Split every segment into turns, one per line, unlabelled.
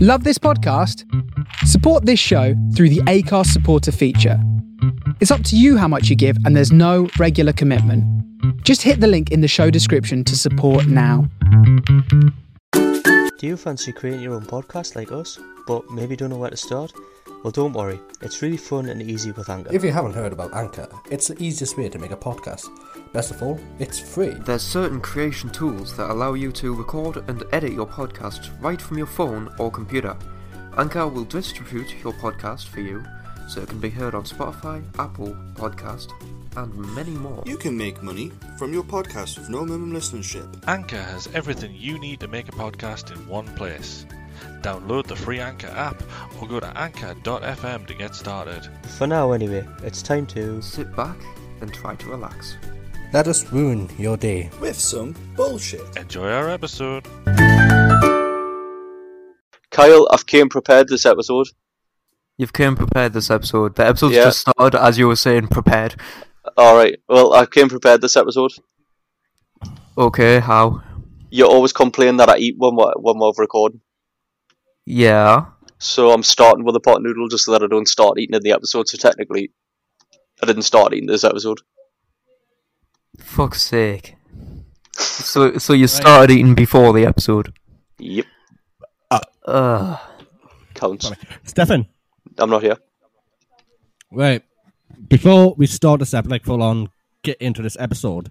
Love this podcast? Support this show through the ACARS supporter feature. It's up to you how much you give, and there's no regular commitment. Just hit the link in the show description to support now.
Do you fancy creating your own podcast like us, but maybe don't know where to start? Well, don't worry, it's really fun and easy with Anchor.
If you haven't heard about Anchor, it's the easiest way to make a podcast. Best of all, it's free.
There's certain creation tools that allow you to record and edit your podcast right from your phone or computer. Anchor will distribute your podcast for you so it can be heard on Spotify, Apple Podcast, and many more.
You can make money from your podcast with no minimum listenership.
Anchor has everything you need to make a podcast in one place. Download the free Anchor app or go to anchor.fm to get started.
For now, anyway, it's time to.
Sit back and try to relax.
Let us ruin your day.
With some bullshit.
Enjoy our episode.
Kyle, I've came prepared this episode.
You've came prepared this episode. The episode's
Yeah.
just started as you were saying prepared.
All right. Well, I came prepared this episode.
Okay, how?
You always complain that I eat when we're, when we're recording,
Yeah.
so I'm starting with a pot noodle just so that I don't start eating in the episode. So technically, I didn't start eating this episode.
Fuck's sake. So, so you started eating before the episode.
Yep,
Ugh.
counts.
Stefan,
I'm not here.
right. Before we start this episode, like full on get into this episode,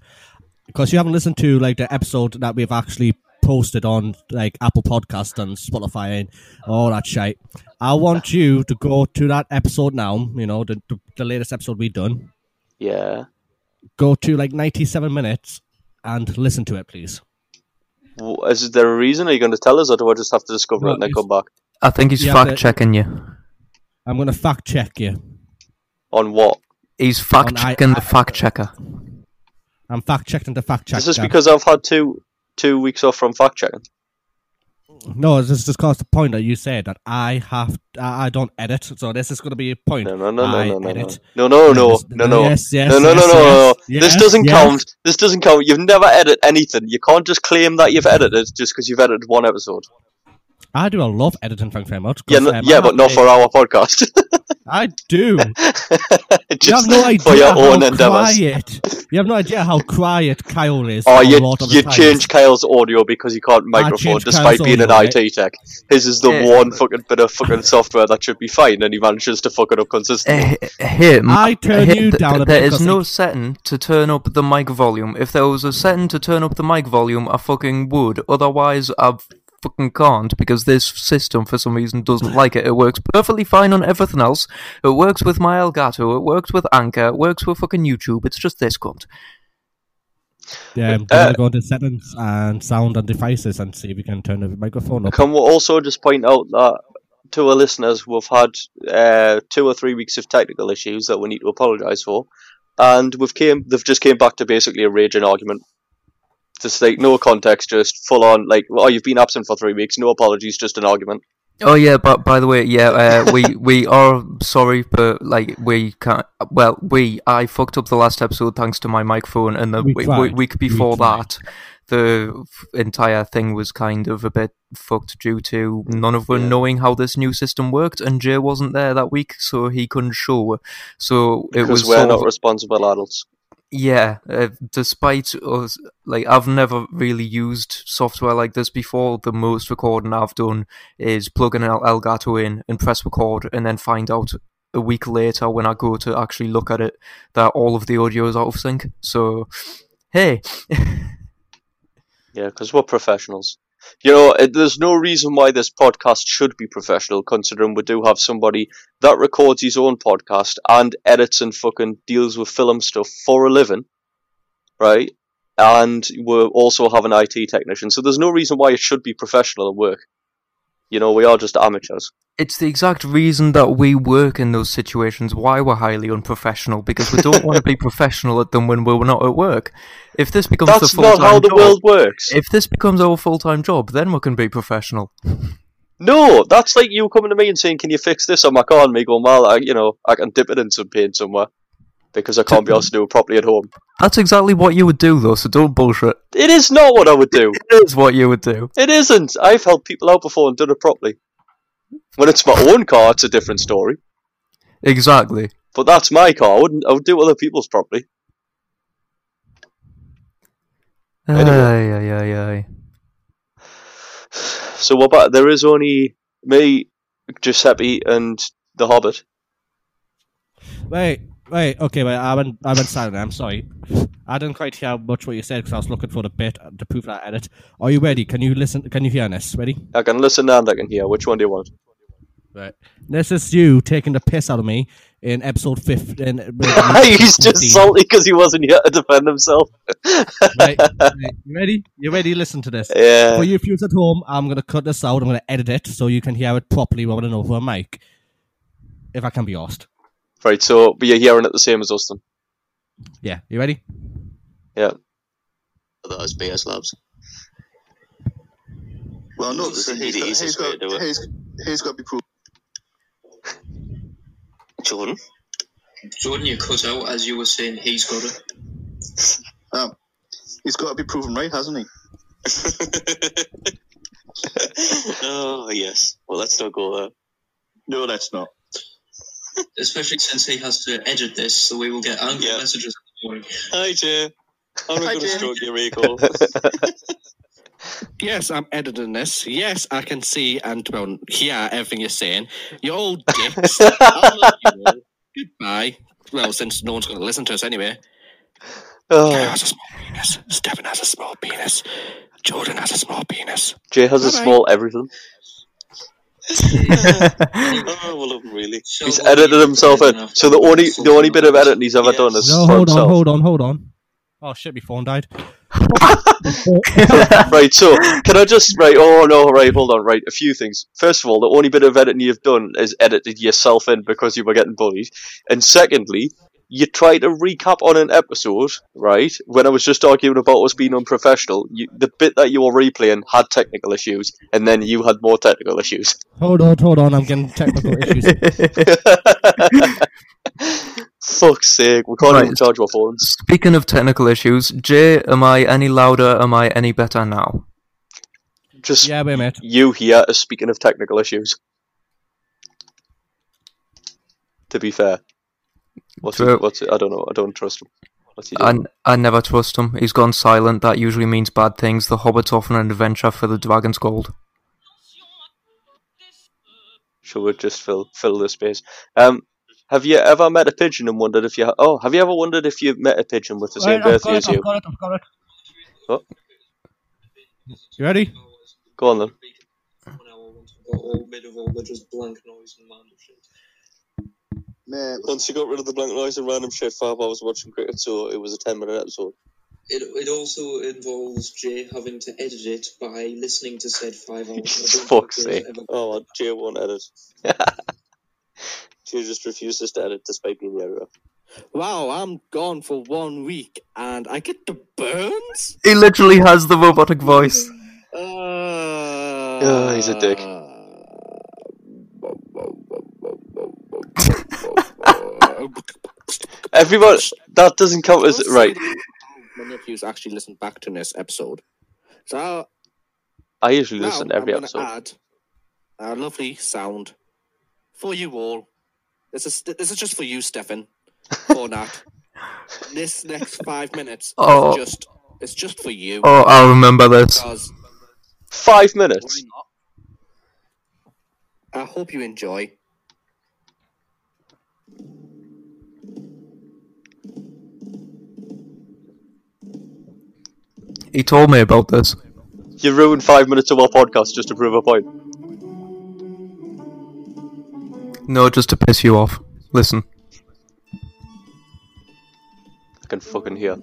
because you haven't listened to like the episode that we've actually posted on like Apple Podcast and Spotify and all that shit. I want you to go to that episode now. You know the the, the latest episode we've done.
Yeah.
Go to like ninety seven minutes and listen to it, please.
W- Is there a reason? Are you going to tell us, or do I just have to discover
No,
it and then
it's-
come back
I think he's
Yeah, but-
fact checking you.
I'm gonna fact check you.
on what?
He's fact
On I-
checking the
I-
fact checker.
I'm fact checking the fact check.
This is
that.
because I've had two two weeks off from fact checking.
no, this is just cause the point that you said that I have I I don't edit, so this is going to be a point.
No, no, no,
I
no, no, no,
edit.
no, no, no,
Yes,
no, no.
yes, yes,
no, no, no,
yes,
no, no.
yes,
This
yes,
doesn't
yes.
count. This doesn't count. You've never edited anything. You can't just claim that you've edited just because you've edited one episode.
I do a lot of editing, thank you very much. 'cause,
Yeah, no,
um, I
yeah, but
have
not
a-
for our podcast.
I do. you have
just
no idea
for your own
how
endeavors.
quiet. You have no idea how quiet Kyle is.
Oh,
a
you,
lot of the
you
time.
change Kyle's audio because he can't microphone
changed
despite
Kyle's
being an
audio, right?
IT tech. His is the
Yeah.
one fucking bit of fucking software that should be fine, and he manages to fuck it up consistently.
Eh, him.
I turn
him-
you
th-
down a
There
bit
is
'cause
no
I-
setting to turn up the mic volume. If there was a setting to turn up the mic volume, I fucking would. Otherwise, I fucking can't because this system, for some reason, doesn't like it. It works perfectly fine on everything else. It works with my Elgato. It works with Anchor. It works with fucking YouTube. It's just this cunt.
Yeah, I'm
Uh,
gonna go into settings and sound and devices and see if we can turn the microphone up.
Can we also just point out that to our listeners, we've had uh, two or three weeks of technical issues that we need to apologise for, and we've came they've just came back to basically a raging argument. Just like no context, just full on like oh you've been absent for three weeks, no apologies, just an argument.
Oh yeah, but by the way, yeah, uh, we we are sorry, but like we can't. Well, we I fucked up the last episode thanks to my microphone, and the
We
we
tried.
week
We
before
tried.
that, the f- entire thing was kind of a bit fucked due to none of us knowing how this new system worked, and Jay wasn't there that week, so he couldn't show. So it
Because
was
we're
sort
not
of,
responsible adults.
yeah, uh, despite us, like I've never really used software like this before. The most recording I've done is plug an El- Elgato in and press record, and then find out a week later when I go to actually look at it that all of the audio is out of sync. So, hey,
Yeah, because we're professionals. You know, it, there's no reason why this podcast should be professional, considering we do have somebody that records his own podcast and edits and fucking deals with film stuff for a living, right? And we also have an IT technician, so there's no reason why it should be professional at work. You know, we are just amateurs.
It's the exact reason that we work in those situations, why we're highly unprofessional, because we don't want to be professional at them when we're not at work. If this becomes
That's
a
not
full-time
how the
job,
world works.
if this becomes our full-time job, then we can be professional.
No, that's like you coming to me and saying, "Can you fix this on my car?" And me going, "Well, I, you know, I can dip it in some paint somewhere because I can't be asked to do it properly at home."
That's exactly what you would do, though, so don't bullshit.
It is not what I would do.
It is what you would do.
It isn't. I've helped people out before and done it properly. When it's my own car, it's a different story.
Exactly.
But that's my car. I wouldn't. I would do other people's property. Anyway.
Aye, aye, aye, aye.
So what about there is only me, Giuseppe, and the Hobbit.
Wait, wait, okay, wait. I went, I went silent. I'm sorry. I didn't quite hear much what you said because I was looking for the bit to prove that edit. Are you ready? Can you listen? Can you hear this? Ready?
I can listen and I can hear. Which one do you want?
Right. This is you taking the piss out of me in episode 15. in-
He's just
15.
salty because he wasn't here to defend himself.
Right, right. You ready? You ready? Listen to this.
Yeah.
For you viewers at home, I'm going to cut this out. I'm going to edit it so you can hear it properly rather than over a mic. If I can be asked.
Right. So, but you're hearing it the same as us then.
Yeah, you ready?
Yeah.
Those BS labs. Well, no, because he's got, he's got, he's, he's got to be pro. Jordan?
Jordan, you cut out as you were saying he's got it.
Um, he's got to be proven right, hasn't he? oh, yes. Well, let's not go there. No, let's not.
Especially since he has to edit this, so we will get angry
Yeah.
messages.
Hi, Jay. I'm not going to stroke your ego.
Yes, I'm editing this. Yes, I can see and well, hear everything you're saying. You're all dicks. I love you all. Goodbye. Well, since no one's going to listen to us anyway. Gary
Oh,
has a small penis. Stephen has a small penis. Jordan has a small penis.
Jay has a
Bye-bye.
small everything.
oh, we love him, really.
So
He's
what do
edited
you
himself
think
in.
of
So the only the only bit of
something
editing he's ever done is
No,
for
hold on,
himself.
hold on, hold on. Oh shit, my phone died.
right, so can I just right? Oh no, right, hold on, right. A few things. First of all, the only bit of editing you've done is edited yourself in because you were getting bullied, and secondly, you tried to recap on an episode, right? When I was just arguing about us being unprofessional, you, the bit that you were replaying had technical issues, and then you had more technical issues.
Hold on, hold on. I'm getting technical issues.
Fuck's sake, we can't
Right.
even charge our phones.
Speaking of technical issues, Jay, am I any louder? Am I any better now?
Just
Yeah, wait a minute.
you here is speaking of technical issues. To be fair, what's he,
True.
what's he, I don't know. I don't trust him. What's he doing?
I, I never trust him. He's gone silent. That usually means bad things. The Hobbit's off on an adventure for the Dragon's Gold.
Should we just fill fill the space? Um, have you ever met a pigeon and wondered if you? Ha- oh, have you ever wondered if you've met a pigeon with the same
Right, I've
birthday
got it,
as
I've
you?
got it, I've got it.
Oh,
You ready?
go on then.
When I want to go all rid of all the just blank noise and random shit.
Once you got rid of the blank noise and random shit, Fab, I was watching cricket, so it was a 10 minute episode.
It, it also involves Jay having to edit it by listening to said five hours. I don't think
Fuck's
Jay's
sake.
ever-
Oh, well, Jay won't edit. Jay just refuses to edit despite being the editor.
Wow, I'm gone for one week and I get the burns?
He literally has the robotic voice.
Uh,
Oh, he's a dick. Everyone, that doesn't count as right.
Many of you actually listened back to this episode. So
I usually
now
listen to every
I'm
episode.
going to add a lovely sound for you all. This is this is just for you, Stefan. For Nat. this next five minutes
Oh.
is just it's just for you.
Oh, I remember this.
Because
Five
why
minutes.
not? I hope you enjoy.
He told me about this.
You ruined five minutes of our podcast just to prove a point.
No, just to piss you off. Listen.
I can fucking hear.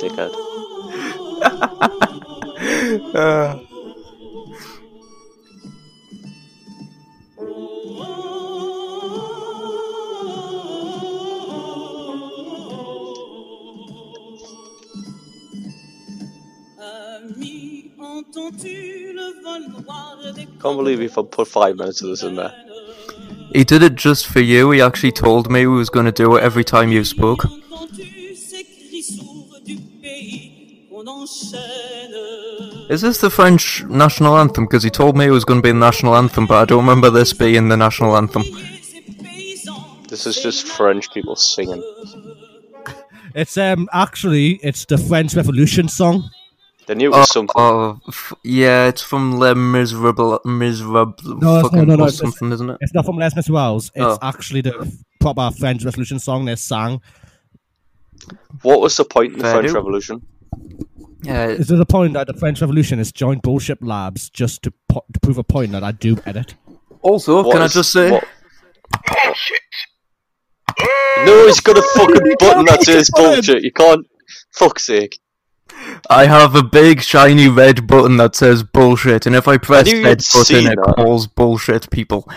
Dickhead. Can't believe if I put five minutes of this in there.
He did it just for you. He actually told me he was going to do it every time you spoke. Is this the French national anthem? Because he told me it was going to be the national anthem, but I don't remember this being the national anthem.
This is just French people singing.
It's um actually it's the French Revolution song.
They knew it was something.
Oh, f- yeah, it's from Les Miserable, Miserable
No, it's,
fucking
no, no, no,
or
it's-
something, isn't it?
It's not from Les Mis Wells. It's
Oh.
actually the proper French Revolution song they sang.
What was the point in the
Fair
French
do.
Revolution?
Yeah,
Is there the point that the French Revolution is joint bullshit labs just to, po- to prove a point that I do edit?
Also,
What
can
is-
I just say,
what- No, he's got a fucking button that says bullshit. You can't. Fuck's sake.
I have a big shiny red button that says bullshit, and if I press
knew you'd
red button,
seen
it
that.
calls bullshit people.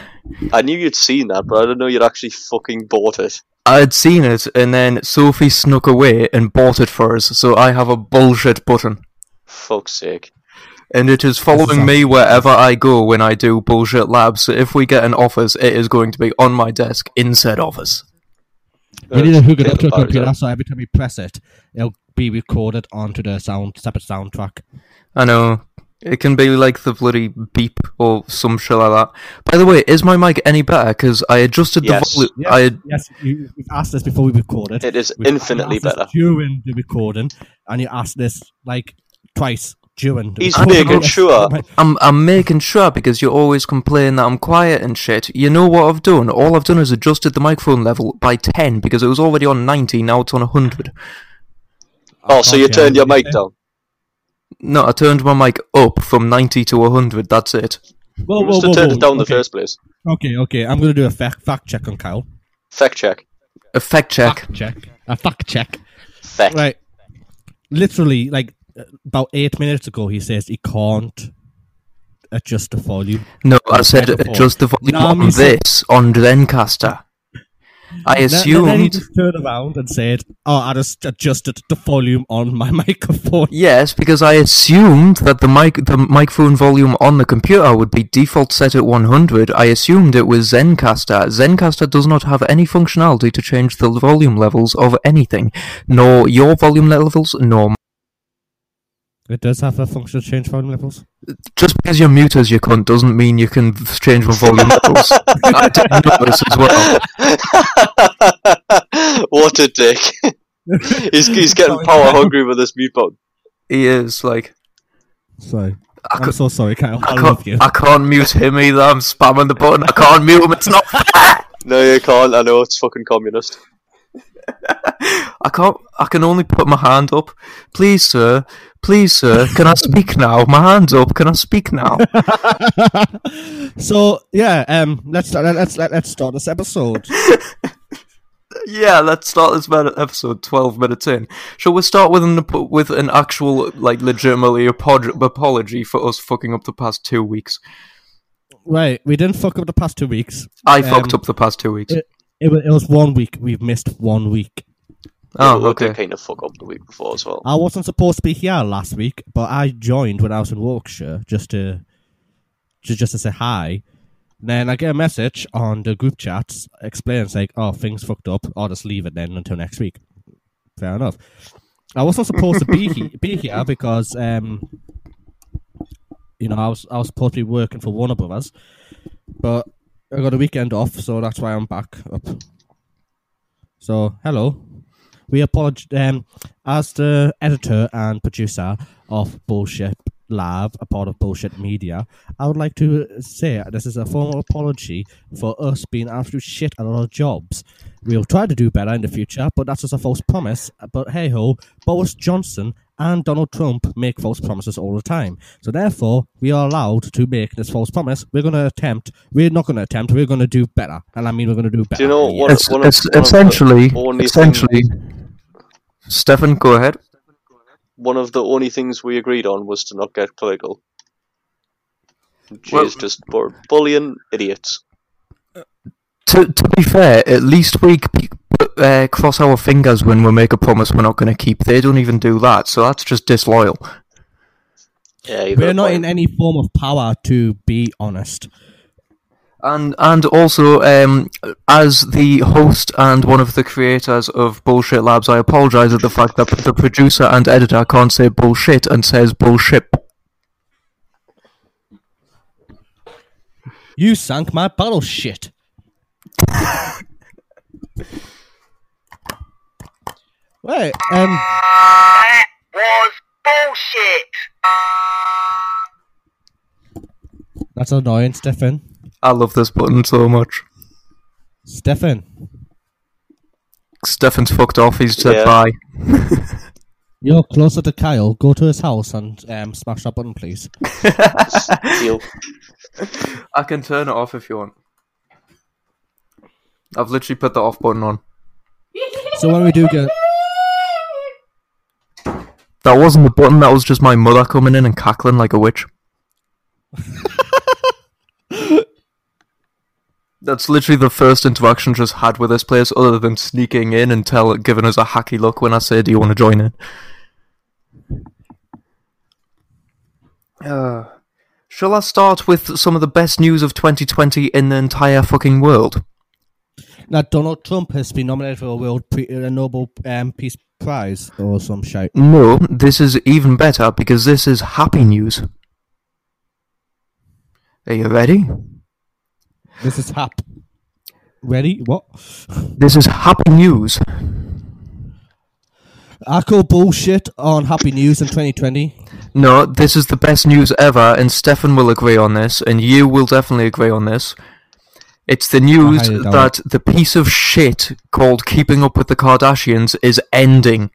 I knew you'd seen that, but I didn't know you'd actually fucking bought it.
I had seen it, and then Sophie snuck away and bought it for us, so I have a bullshit button.
Fuck's sake.
And it is
awesome.
following me wherever I go when I do bullshit labs, so if we get an office, it is going to be on my desk in said office.
We need to hook it up to a
About it,
computer
Uh, yeah.
so every time we press it, it'll be recorded onto the sound separate soundtrack.
I know. It can be like the bloody beep or some shit like that. By the way, is my mic any better? Because I adjusted
Yes.
the volume. I
Yes, you, you've asked this before we recorded.
It is
We've- you
infinitely
asked this
better.
during the recording, and you asked this like twice during. The
He's
recording.
making sure.
I'm I'm making sure because you always complain that I'm quiet and shit. You know what I've done? All I've done is adjusted the microphone level by ten because it was already on ninety. Now it's on hundred.
Oh, so you
Okay,
turned your
what
mic
did you
down.
No, I turned my mic up from ninety to hundred. That's it.
Whoa, whoa,
You must
whoa,
have turned
whoa.
it down in the
okay.
first place.
Okay, okay. I'm gonna do a fact fact check on Kyle.
Fact check.
Effect check.
Fact check. A fact check.
Fact.
Right. Literally, like about eight minutes ago, he says he can't adjust the volume.
No, I said
Before.
adjust the volume
Now
on
you said-
this on Zencaster.
Then,
I
then he
assumed
just turned around and said, "Oh, I just adjusted the volume on my microphone."
yes because I assumed that the mic the microphone volume on the computer would be default set at one hundred. I assumed it was ZenCaster. ZenCaster does not have any functionality to change the volume levels of anything, nor your volume levels, nor m-
It does have a function to change volume levels.
just because you're mute as you cunt doesn't mean you can f- change my volume levels. I didn't know this as well.
what a dick. he's, he's getting power hungry with this mute button.
He is like.
Sorry,
I
I'm
could-
so sorry, Kyle. I,
I
love
can't,
you.
I can't mute him either. I'm spamming the button. I can't mute him. It's not.
No, you can't. I know it's fucking communist.
I can't. I can only put my hand up. Please, sir. Please, sir. Can I speak now? My hand's up. Can I speak now?
so yeah, um, let's start, let's let, let's start this episode.
yeah. Let's start this minute, episode. Twelve minutes in. Shall we start with an ap- with an actual like legitimately apod- apology for us fucking up the past two weeks?
right, we didn't fuck up the past two weeks.
I
Um,
fucked up the past two weeks.
It was, it was one week. We've missed one week.
oh,
Look, I
okay.
kind of fuck up the week before as well.
I wasn't supposed to be here last week, but I joined when I was in Wiltshire just to just, just to say hi. Then I get a message on the group chats explaining it's like, "Oh, things fucked up. I'll just leave it then until next week." Fair enough. I wasn't supposed to be he- be here because um, you know I was I was supposed to be working for Warner Brothers, but I got a weekend off, so that's why I'm back up. So hello, we apologize. Um, as the editor and producer of Bullshit Lab, a part of Bullshit Media, I would like to say this is a formal apology for us being absolute shit at our jobs. We'll try to do better in the future, but that's just a false promise. But hey ho, Boris Johnson and Donald Trump make false promises all the time. So therefore, we are allowed to make this false promise. We're going to attempt. We're not going to attempt. We're going to do better. And I mean, we're going to do better.
Do you know what?
It's,
one of-
it's
one of the
essentially
only
essentially. Stefan, go ahead.
one of the only things we agreed on was to not get political. She
Well-
is just bu- bullying idiots.
To, to be fair, at least we c- put, uh, cross our fingers when we make a promise we're not going to keep. They don't even do that, so that's just disloyal.
Yeah, you got
We're
a
not
point.
in any form of power to be honest.
And and also, um, as the host and one of the creators of Bullshit Labs, I apologise at the fact that the producer and editor can't say bullshit and says bullshit.
You sank my battleship. Wait, um,
That was bullshit.
that's annoying, Stefan.
I love this button so much.
Stefan,
Stefan's fucked off. He's said
Yeah.
bye.
you're closer to Kyle. Go to his house and um, smash that button, please.
I can turn it off if you want. I've literally put the off button on.
so when we do get,
That wasn't the button. That was just my mother coming in and cackling like a witch. That's literally the first interaction just had with this place, other than sneaking in and tell giving us a hacky look when I say, "Do you want to join in?" Uh, shall I start with some of the best news of 2020 in the entire fucking world?
now Donald Trump has been nominated for a World Pre- a Nobel um, Peace Prize or some shit.
No, this is even better because this is happy news. Are you ready?
This is hap. Ready? What?
This is happy news.
I call bullshit on Happy News in 2020.
No, this is the best news ever, and Stefan will agree on this, and you will definitely agree on this. It's the news
highly doubt
that the piece of shit called Keeping Up with the Kardashians is ending.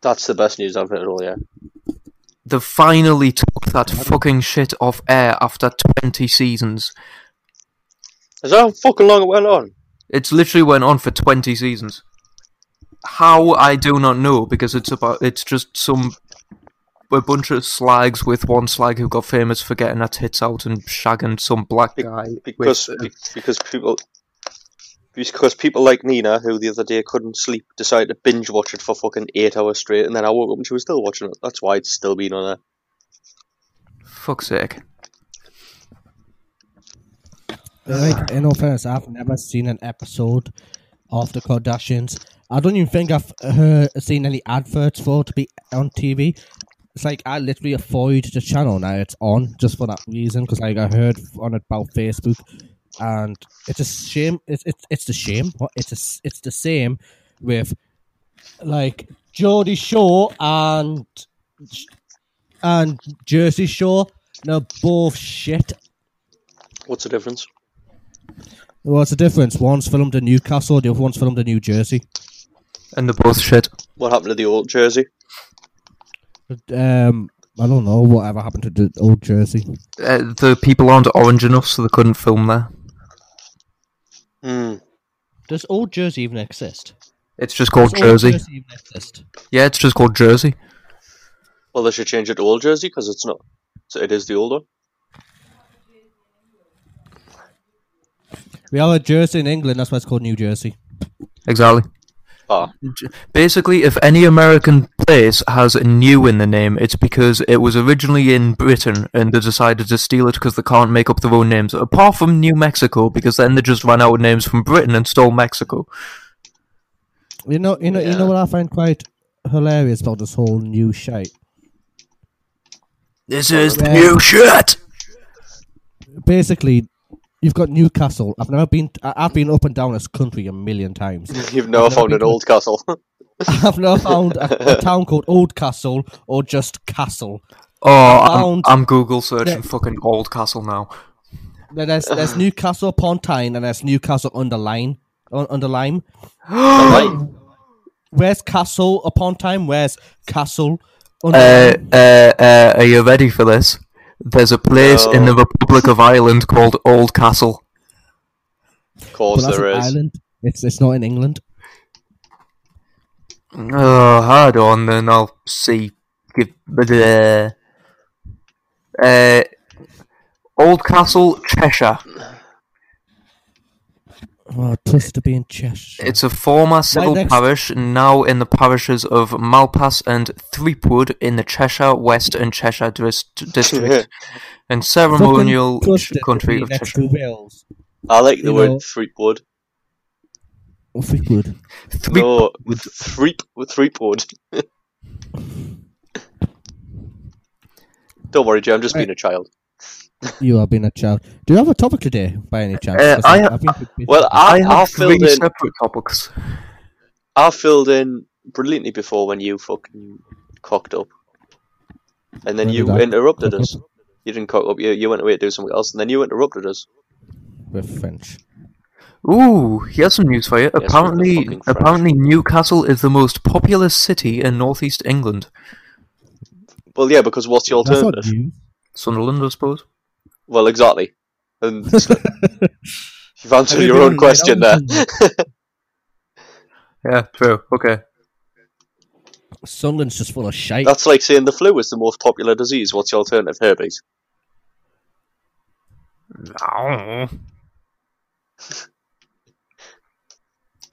That's the best news I've heard all year.
They finally took that fucking shit off air after 20 seasons.
Is that how fucking long it went on?
It's literally went on for 20 seasons. How I do not know because it's about it's just some a bunch of slags with one slag who got famous for getting her tits out and shagging some black guy.
uh,
Because be- because people because people like Nina, who the other day couldn't sleep, decided to binge watch it for fucking eight hours straight, and then I woke up and she was still watching it. That's why it's still been on there.
Fuck's sake.
Like, in all fairness, I've never seen an episode of the Kardashians. I don't even think I've uh, seen any adverts for it to be on TV. It's like I literally avoid the channel now it's on just for that reason because like I heard on about Facebook, and it's a shame. It's it's it's the shame. What it's a s it's the same with like Geordie Shore and and Jersey Shore. They're both shit
What's the difference?
What's the difference? One's filmed in Newcastle, the other one's filmed in New Jersey.
And they're both shit.
What happened to the old jersey?
Um, I don't know whatever happened to the old Jersey.
Uh, the people aren't orange enough, so they couldn't film there.
Hmm. Does old Jersey even exist?
It's just called
Does Old
Jersey.
Jersey even exist?
Yeah, it's just called Jersey.
Well, they should change it to old jersey because it's not. So it is the old one.
We have a Jersey in England. That's why it's called New Jersey.
Exactly.
Ah.
Basically, if any American place has a new in the name, it's because it was originally in Britain and they decided to steal it because they can't make up their own names, apart from New Mexico, because then they just ran out of names from Britain and stole Mexico.
You know, you know, you know what I find quite hilarious about this whole new shite.
This is the
Yeah.
new shit!
Basically, you've got Newcastle. I've never been. I- I've been up and down this country a million times.
You've never
I've
found
been
an
to-
old castle.
I've never found a, a town called Old Castle or just Castle.
Oh, I'm,
Found-
I'm Google searching
Yeah.
fucking Oldcastle now.
There- There's there's Newcastle upon Tyne and there's Newcastle under Lyme. un- Under Lyme. Where's Castle upon Tyne? Where's Castle? Under
Uh,
Lyme?
uh, uh, are you ready for this? There's a place in the Republic of Ireland called Oldcastle.
Of
But
course
that's
there
an
is.
island. It's it's not in England.
Oh, hard on, then I'll see. Give, but, uh, uh, Oldcastle, Cheshire.
Oh, pleased to be in Cheshire.
It's a former civil
next-
parish, now in the parishes of Malpas and Threepwood in the Cheshire West and Cheshire Dris- District and ceremonial
Fucking
ch-
clustered to
country
be
of
next
Cheshire.
to Wales.
I like the
You
word
know.
Threepwood.
Or Fleetwood.
No, Threep, Threepwood. Don't worry, Joe, I'm just being a child.
You have been a child. Do you have a topic today, by any chance?
Uh,
'Cause
I
I've
have-
been too busy.
Well, I, I,
three
filled in.
separate topics.
I filled in brilliantly before when you fucking cocked up, and then
When
you
did I
interrupted
cock
us. You didn't cock up. You you went away to do something else, and then you interrupted us.
We're French.
Ooh, here's some news for you.
we're the
apparently,
fucking French.
apparently Newcastle is the most populous city in northeast England.
Well, yeah, because what's the alternative?
Sunderland, I suppose.
Well, exactly. And it's like- you've answered
Have you
your
been
own
on
question there.
Red Yeah, true. Okay.
Sunderland's just full of shite.
That's like saying the flu is the most popular disease. What's the alternative? Herpes.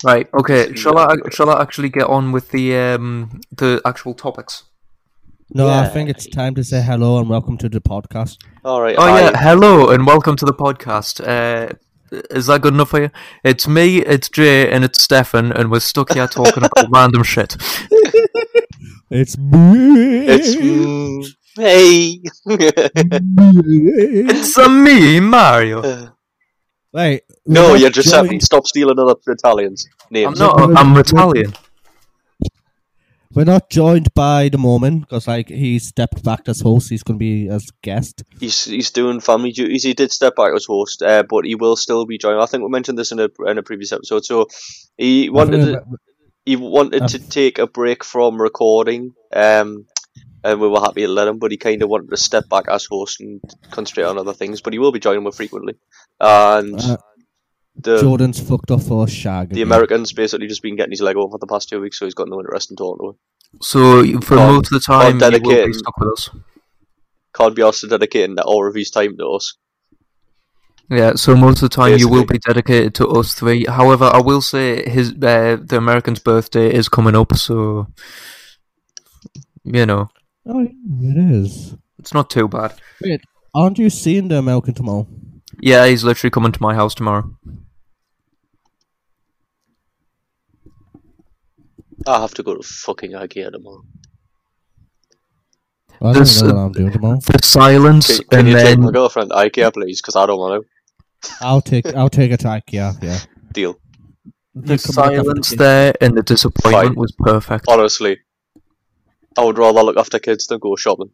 Right. Okay. Shall I? Shall I actually get on with the um the actual topics?
No, I think it's time to say hello and welcome to the podcast.
All right.
Oh yeah. Hello and welcome to the podcast. Uh, is that good enough for you? It's me. It's Jay and it's Stefan, and we're stuck here talking about random shit.
It's me.
It's mm, hey.
It's a me, Mario.
Wait. we're
no, you're
joined-
Giuseppe. Stop stealing other Italians names.
I'm not- I'm Italian. We're not joined by the Mormon because, like, he stepped back as host. He's going to be as guest.
He's he's doing family duties. He did step back as host, uh, but he will still be joining. I think we mentioned this in a in a previous episode. So he wanted
we
to,
were-
he wanted to take a break from recording, um, and we were happy to let him. But he kind of wanted to step back as host and concentrate on other things. But he will be joining more frequently, and
Uh,
the
Jordan's fucked off for a shag.
the
again.
Americans basically just been getting his leg over for the past two weeks, so he's got no interest in talking to him.
So for
Can't-
most of the time,
can't
you will be
dedicate-
stuck with us.
Can't be asked to dedicating all of his time to us.
Yeah, so most of the time you will be dedicated to us three. However, I will say his uh, the American's birthday is coming up, so you know
Oh, it is.
it's not too bad.
Wait, aren't you seeing the American tomorrow?
Yeah, he's literally coming to my house tomorrow.
I have to go to fucking IKEA tomorrow.
I don't
This-
know what I'm doing tomorrow.
The silence,
Can, can
and
you take my
then
girlfriend to IKEA, please? Because I don't want to.
I'll take I'll take a tack. Yeah, yeah.
Deal.
the
come back after
silence
this.
there, and the disappointment was perfect.
Honestly, I would rather look after kids than go shopping.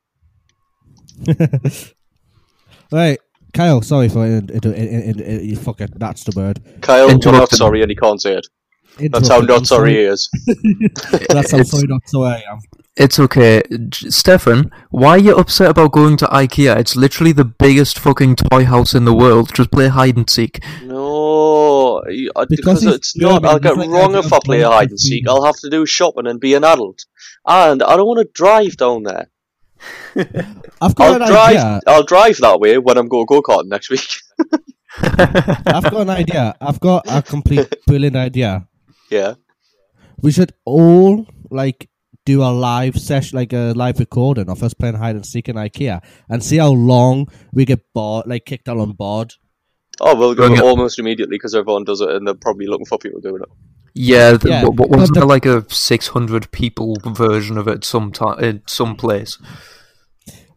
Right, Kyle. Sorry for it. it, it, it, it- you fucking. That's the word.
Kyle, you're not
Interrupted.
sorry, and he can't say it. That's
Interrupted.
how not
I'm
sorry he
sorry.
is.
That's how sorry not sorry I am.
It's okay, J- Stefan. Why are you upset about going to IKEA? It's literally the biggest fucking toy house in the world. Just play hide and seek.
No, you- I- because,
he's
it's not.
German,
I'll get
he's like
wrong
a
if I play
German
hide and seek. I'll have to do shopping and be an adult, and I don't want to drive down there.
I've
I'll
got an
drive.
idea.
I'll drive that way when I'm going go karting next week.
I've got an idea. I've got a complete brilliant idea.
yeah.
We should all like do a live session, like a live recording of us playing hide and seek in IKEA, and see how long we get bored, like kicked out on board.
Oh, we'll go
Bring it.
almost immediately because everyone does it, and they're probably looking for people doing it.
Yeah, th-
Yeah,
yeah
but
wasn't
the-
there like a 600 people version of it sometime in some place?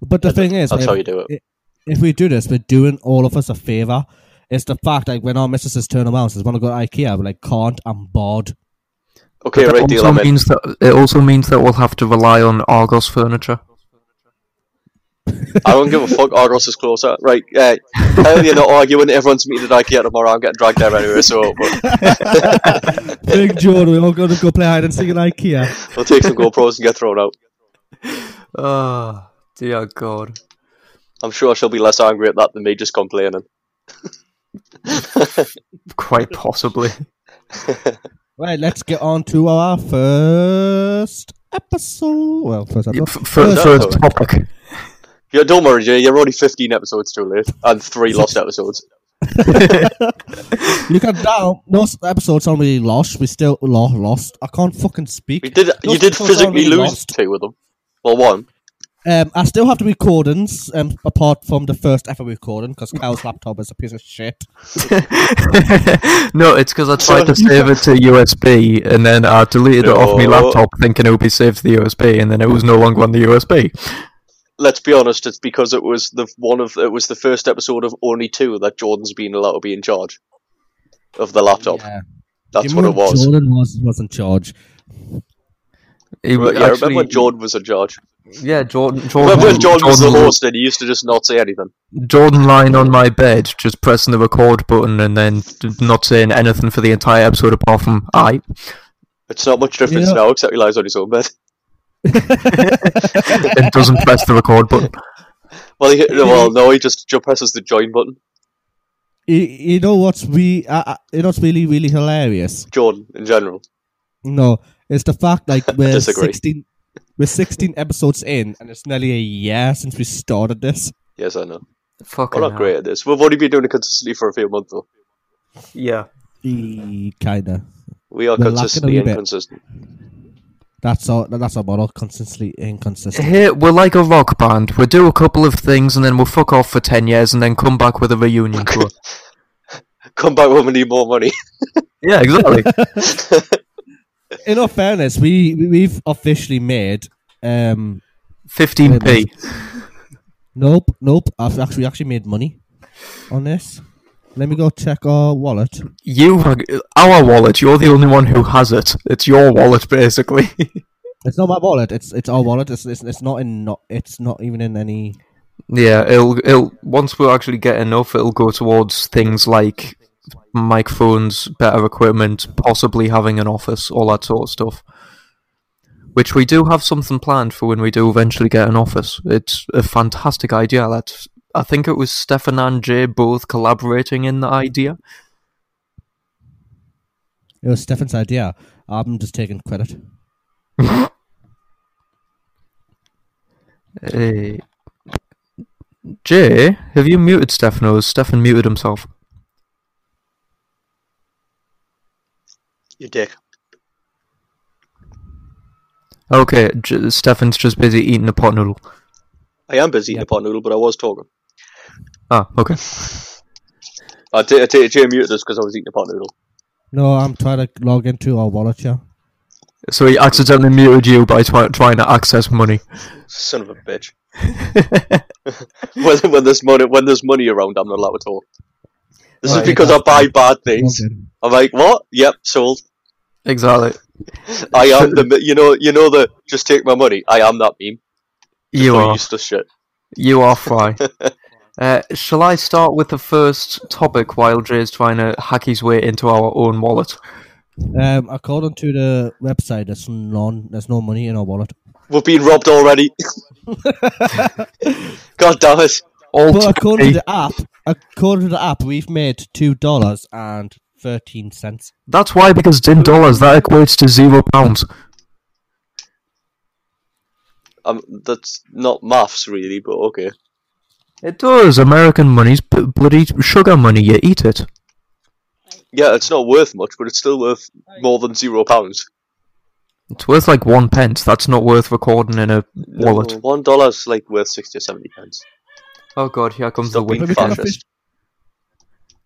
But the thing is,
that's
if,
how you do it.
i- If we do this, we're doing all of us a favor. It's the fact like when our missus turn around, and says, "Want to go to IKEA?" We're like, "Can't." I'm bored.
Okay,
But that
right, deal.
also
I'm in.
means that it also means that we'll have to rely on Argos furniture.
I don't give a fuck. Argos is closer. Right, uh, hell, you're not arguing. Everyone's meeting at IKEA tomorrow. I'm getting dragged there anyway, so we'll,
Big Jordan, we're all going to go play hide and seek in IKEA.
we'll take some GoPros and get thrown out.
Oh, dear God.
I'm sure she'll be less angry at that than me just complaining.
Quite possibly.
Right, let's get on to our first episode. Well, first episode.
First, first topic.
Yeah, don't worry, Jay. You're only 15 episodes too late, and three lost episodes.
you can now. No episodes aren't really lost. We still lo- lost. I can't fucking speak.
We did.
No
you did
episodes aren't
physically
really
lose
lost.
two of them. Well, one.
Um, I still have the recordings, um, apart from the first ever recording, because Kyle's laptop is a piece of shit.
No, it's because I tried to
So-
save it to USB and then I deleted it off my
No.
laptop thinking it would be saved to the USB and then it was no longer on the USB.
Let's be honest. It's because it was the one of it was the first episode of only two that Jordan's been allowed to be in charge of the laptop. That's
Do you
what it
remember
was.
Jordan was was in charge.
He
But
was
yeah, I remember when Jordan was in charge.
Yeah, Jordan.
Oh,
Jordan
Remember when Jordan was the
Jordan-
host and he used to just not say anything.
Jordan lying on my bed, just pressing the record button and then not saying anything for the entire episode apart from I.
It's not much difference now, except he lies on his own bed.
and doesn't press the record button.
Well, he, no, well, no, he just ju- presses the join button.
You, you know what's we? Uh, uh, you know what's really really hilarious.
Jordan, in general,
No, it's the fact like we're
disagree.
sixteen. We're sixteen episodes in, and it's nearly a year since we started this.
yes, I know.
Fucking
We're not
hell.
great at this. We've only been doing it consistently for a few months though.
Yeah.
Kinda.
We
We're
are
lacking a
consistently
wee bit.
inconsistent.
That's our that's our model. Consistently inconsistent.
Here, we're like a rock band. We'll do a couple of things and then we'll fuck off for 10 years and then come back with a reunion tour.
Come back when we need more money.
yeah, exactly.
In all fairness, we we- we've officially made um
15p.
Nope, nope. I've actually we actually made money on this. Let me go check our wallet.
You, our wallet, you're the only one who has it. It's your wallet, basically.
It's not my wallet. It's it's our wallet. It's it's, it's not in not. It's not even in any.
yeah, it'll, it'll, once we actually get enough, it'll go towards things like microphones, better equipment, possibly having an office, all that sort of stuff. Which we do have something planned for when we do eventually get an office. It's a fantastic idea. That I think it was Stefan and Jay both collaborating in the idea.
It was Stefan's idea. I'm just taking credit.
Uh, Jay, have you muted Stefan or has Stefan muted himself?
You dick.
Okay, J- Stefan's just busy eating a pot noodle.
I am busy eating a pot noodle, but I was talking.
Ah, okay.
I take I take Jay muted this because I was eating a pot noodle.
No, I'm trying to log into our wallet here.
So he accidentally muted you by try trying to access money.
Son of a bitch. when, when there's money when there's money around, I'm not allowed at all. This
Right,
is because I buy bad things.
Okay.
I'm like, what? Yep, sold.
Exactly.
I am the you know you know the just take my money. I am that meme.
You
Fucking
are.
useless shit.
You are fry. uh, shall I start with the first topic while Jay is trying to hack his way into our own wallet?
Um, according to the website, there's none. There's no money in our wallet.
We've been robbed already. God damn it!
But according to the app, according to the app, we've made two dollars and thirteen cents.
That's why, because it's in dollars, that equates to zero pounds.
Um, that's not maths really, but okay.
It does. American money's b- bloody sugar money. You eat it.
Yeah, it's not worth much, but it's still worth more than zero pounds.
It's worth like one pence. That's not worth recording in a wallet.
No, One dollar's like worth sixty or seventy pence.
Oh god, here comes
Stop
the
being
wind.
fascist.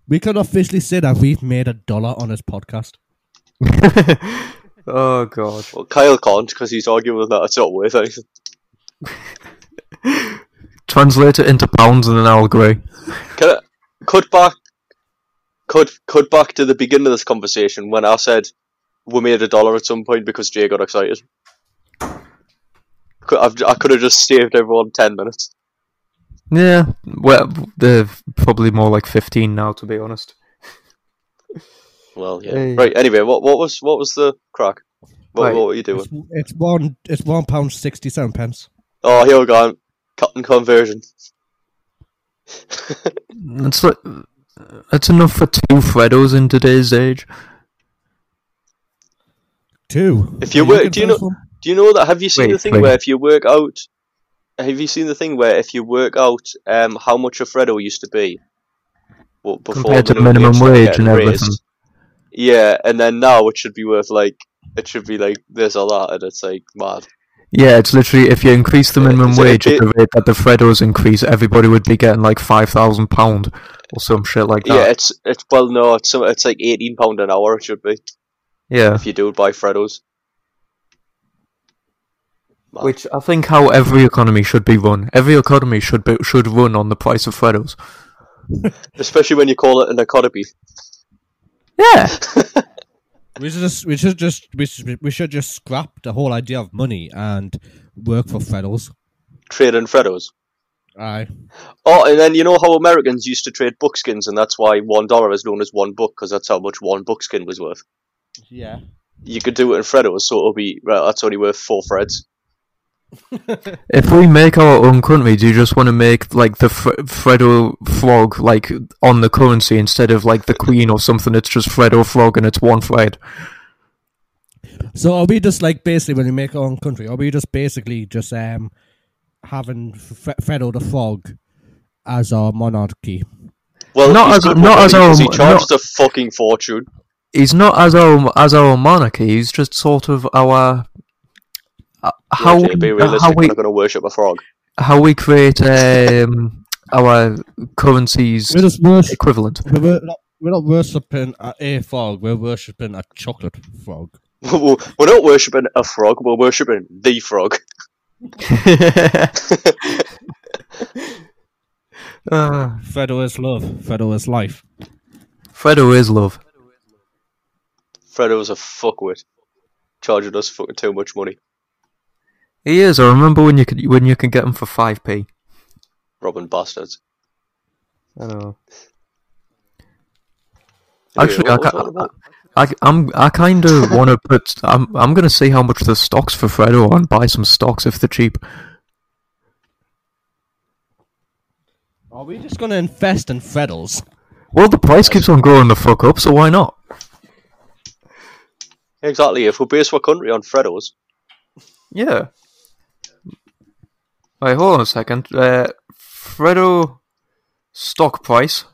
We can officially say that we've made a dollar on this podcast.
Oh god.
Well, Kyle can't because he's arguing with that it's not worth anything.
Translate it into pounds and then I'll agree.
Can I cut back? Cut cut back to the beginning of this conversation when I said we made a dollar at some point because Jay got excited. Cou- I've, I could have just saved everyone ten minutes.
Yeah, well, they're probably more like 15 now, to be honest.
Well, yeah.
Hey.
Right. Anyway, what what was what was the crack? What,
Right.
what were you doing?
It's, it's one. It's one pound sixty-seven pence.
Oh, here we go. Cotton conversion.
That's, like, that's enough for two Freddos in today's age.
Two.
If you
Are looking
work, do you
for this
know?
one?
Do you know that? Have you seen
Wait,
the thing
wait.
where if you work out? Have you seen the thing where if you work out um, how much a Freddo used to be, well, before
Compared to
the minimum
minimum
wage
wage
getting
and
raised.
everything.
Yeah, and then now it should be worth like it should be like this or that, and it's like mad.
Yeah, it's literally if you increase the minimum
so
wage
Uh, it-
at the rate that the Freddos increase, everybody would be getting like five thousand pound or some shit like
Yeah,
that.
it's it's well no, it's some- it's like eighteen pound an hour it should be
Yeah,
if you do it by Freddos.
which I think how every economy should be run. Every economy should be should run on the price of Freddos.
Especially when you call it an economy.
We should just we should just we should, we should just scrap the whole idea of money and work for Freddles.
Trade in Freddos.
Aye.
Oh, and then you know how Americans used to trade buckskins, and that's why one dollar is known as one buck because that's how much one buckskin was worth.
Yeah.
You could do it in Freddos, so it'll be right, that's only worth four Freds.
If we make our own country, do you just want to make like the Fre- Freddo frog like on the currency instead of like the Queen or something? It's just Freddo frog and it's one Fred.
So are we just like basically when we make our own country? Are we just basically just um having Fre- Freddo the Frog as our monarchy?
Well,
Not
he's
as-
good
not
with
as
money 'cause
our-
he charged
not-
a fucking fortune.
He's not as our as our monarchy. He's just sort of our uh, how
Jay, be realistic,
how
we're
we
not going to worship a frog.
how we create um, our currencies
We're just worse.
equivalent.
We're, wor- not, we're not worshipping a, a frog. We're worshipping a chocolate frog.
we're not worshipping a frog. We're worshipping the frog.
Uh,
Freddo is love. Freddo is life.
Freddo is love.
Freddo was a fuckwit, charging us fucking too much money.
He is. I remember when you could when you can get him for five p.
Robbing bastards.
I know.
Anyway,
Actually,
what
I,
was
ca-
that about?
I, I'm I kind of want to put. I'm I'm gonna see how much the stocks for Fredo are and buy some stocks if they're cheap.
Are we just going to invest in Freddles?
Well, the price keeps on going the fuck up, so why not?
Exactly. If we base our country on Freddos,
Yeah. Wait, hold on a second. Uh, Fredo stock price.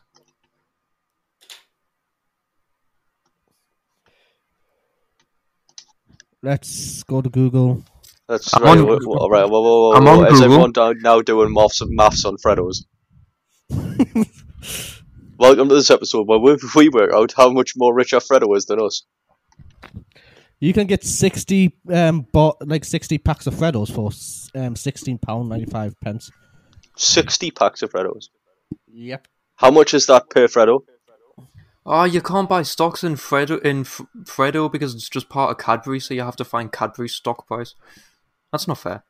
Let's go to Google.
that's
I'm
right.
on
wha-
Google.
wha- right, whoa, whoa, whoa,
I'm
whoa.
on
Is
Google.
everyone down now doing maths, maths on Freddos? Welcome to this episode where we, we work out how much more richer Freddo is than us.
You can get sixty um bought like sixty packs of Freddos for um sixteen pound ninety five pence.
Sixty packs of Freddos.
Yep.
How much is that per Freddo?
Oh, you can't buy stocks in Fredo in F- Fredo because it's just part of Cadbury, so you have to find Cadbury stock price. That's not fair.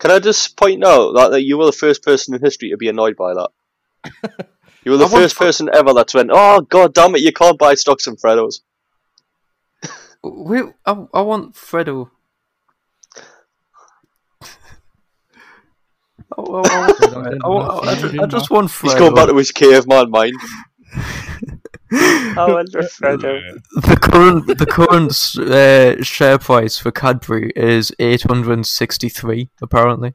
Can I just point out that, that you were the first person in history to be annoyed by that? you were the
I want
first person ever that's went, oh god damn it, you can't buy stocks in Freddos.
We, I, I want Fredo. I, I, I, want- I, want- I ju- I just want Fredo.
He's going back to his caveman mind.
Oh,
I want Freddo.
the current the current s- uh, share price for Cadbury is eight hundred and sixty three. Apparently,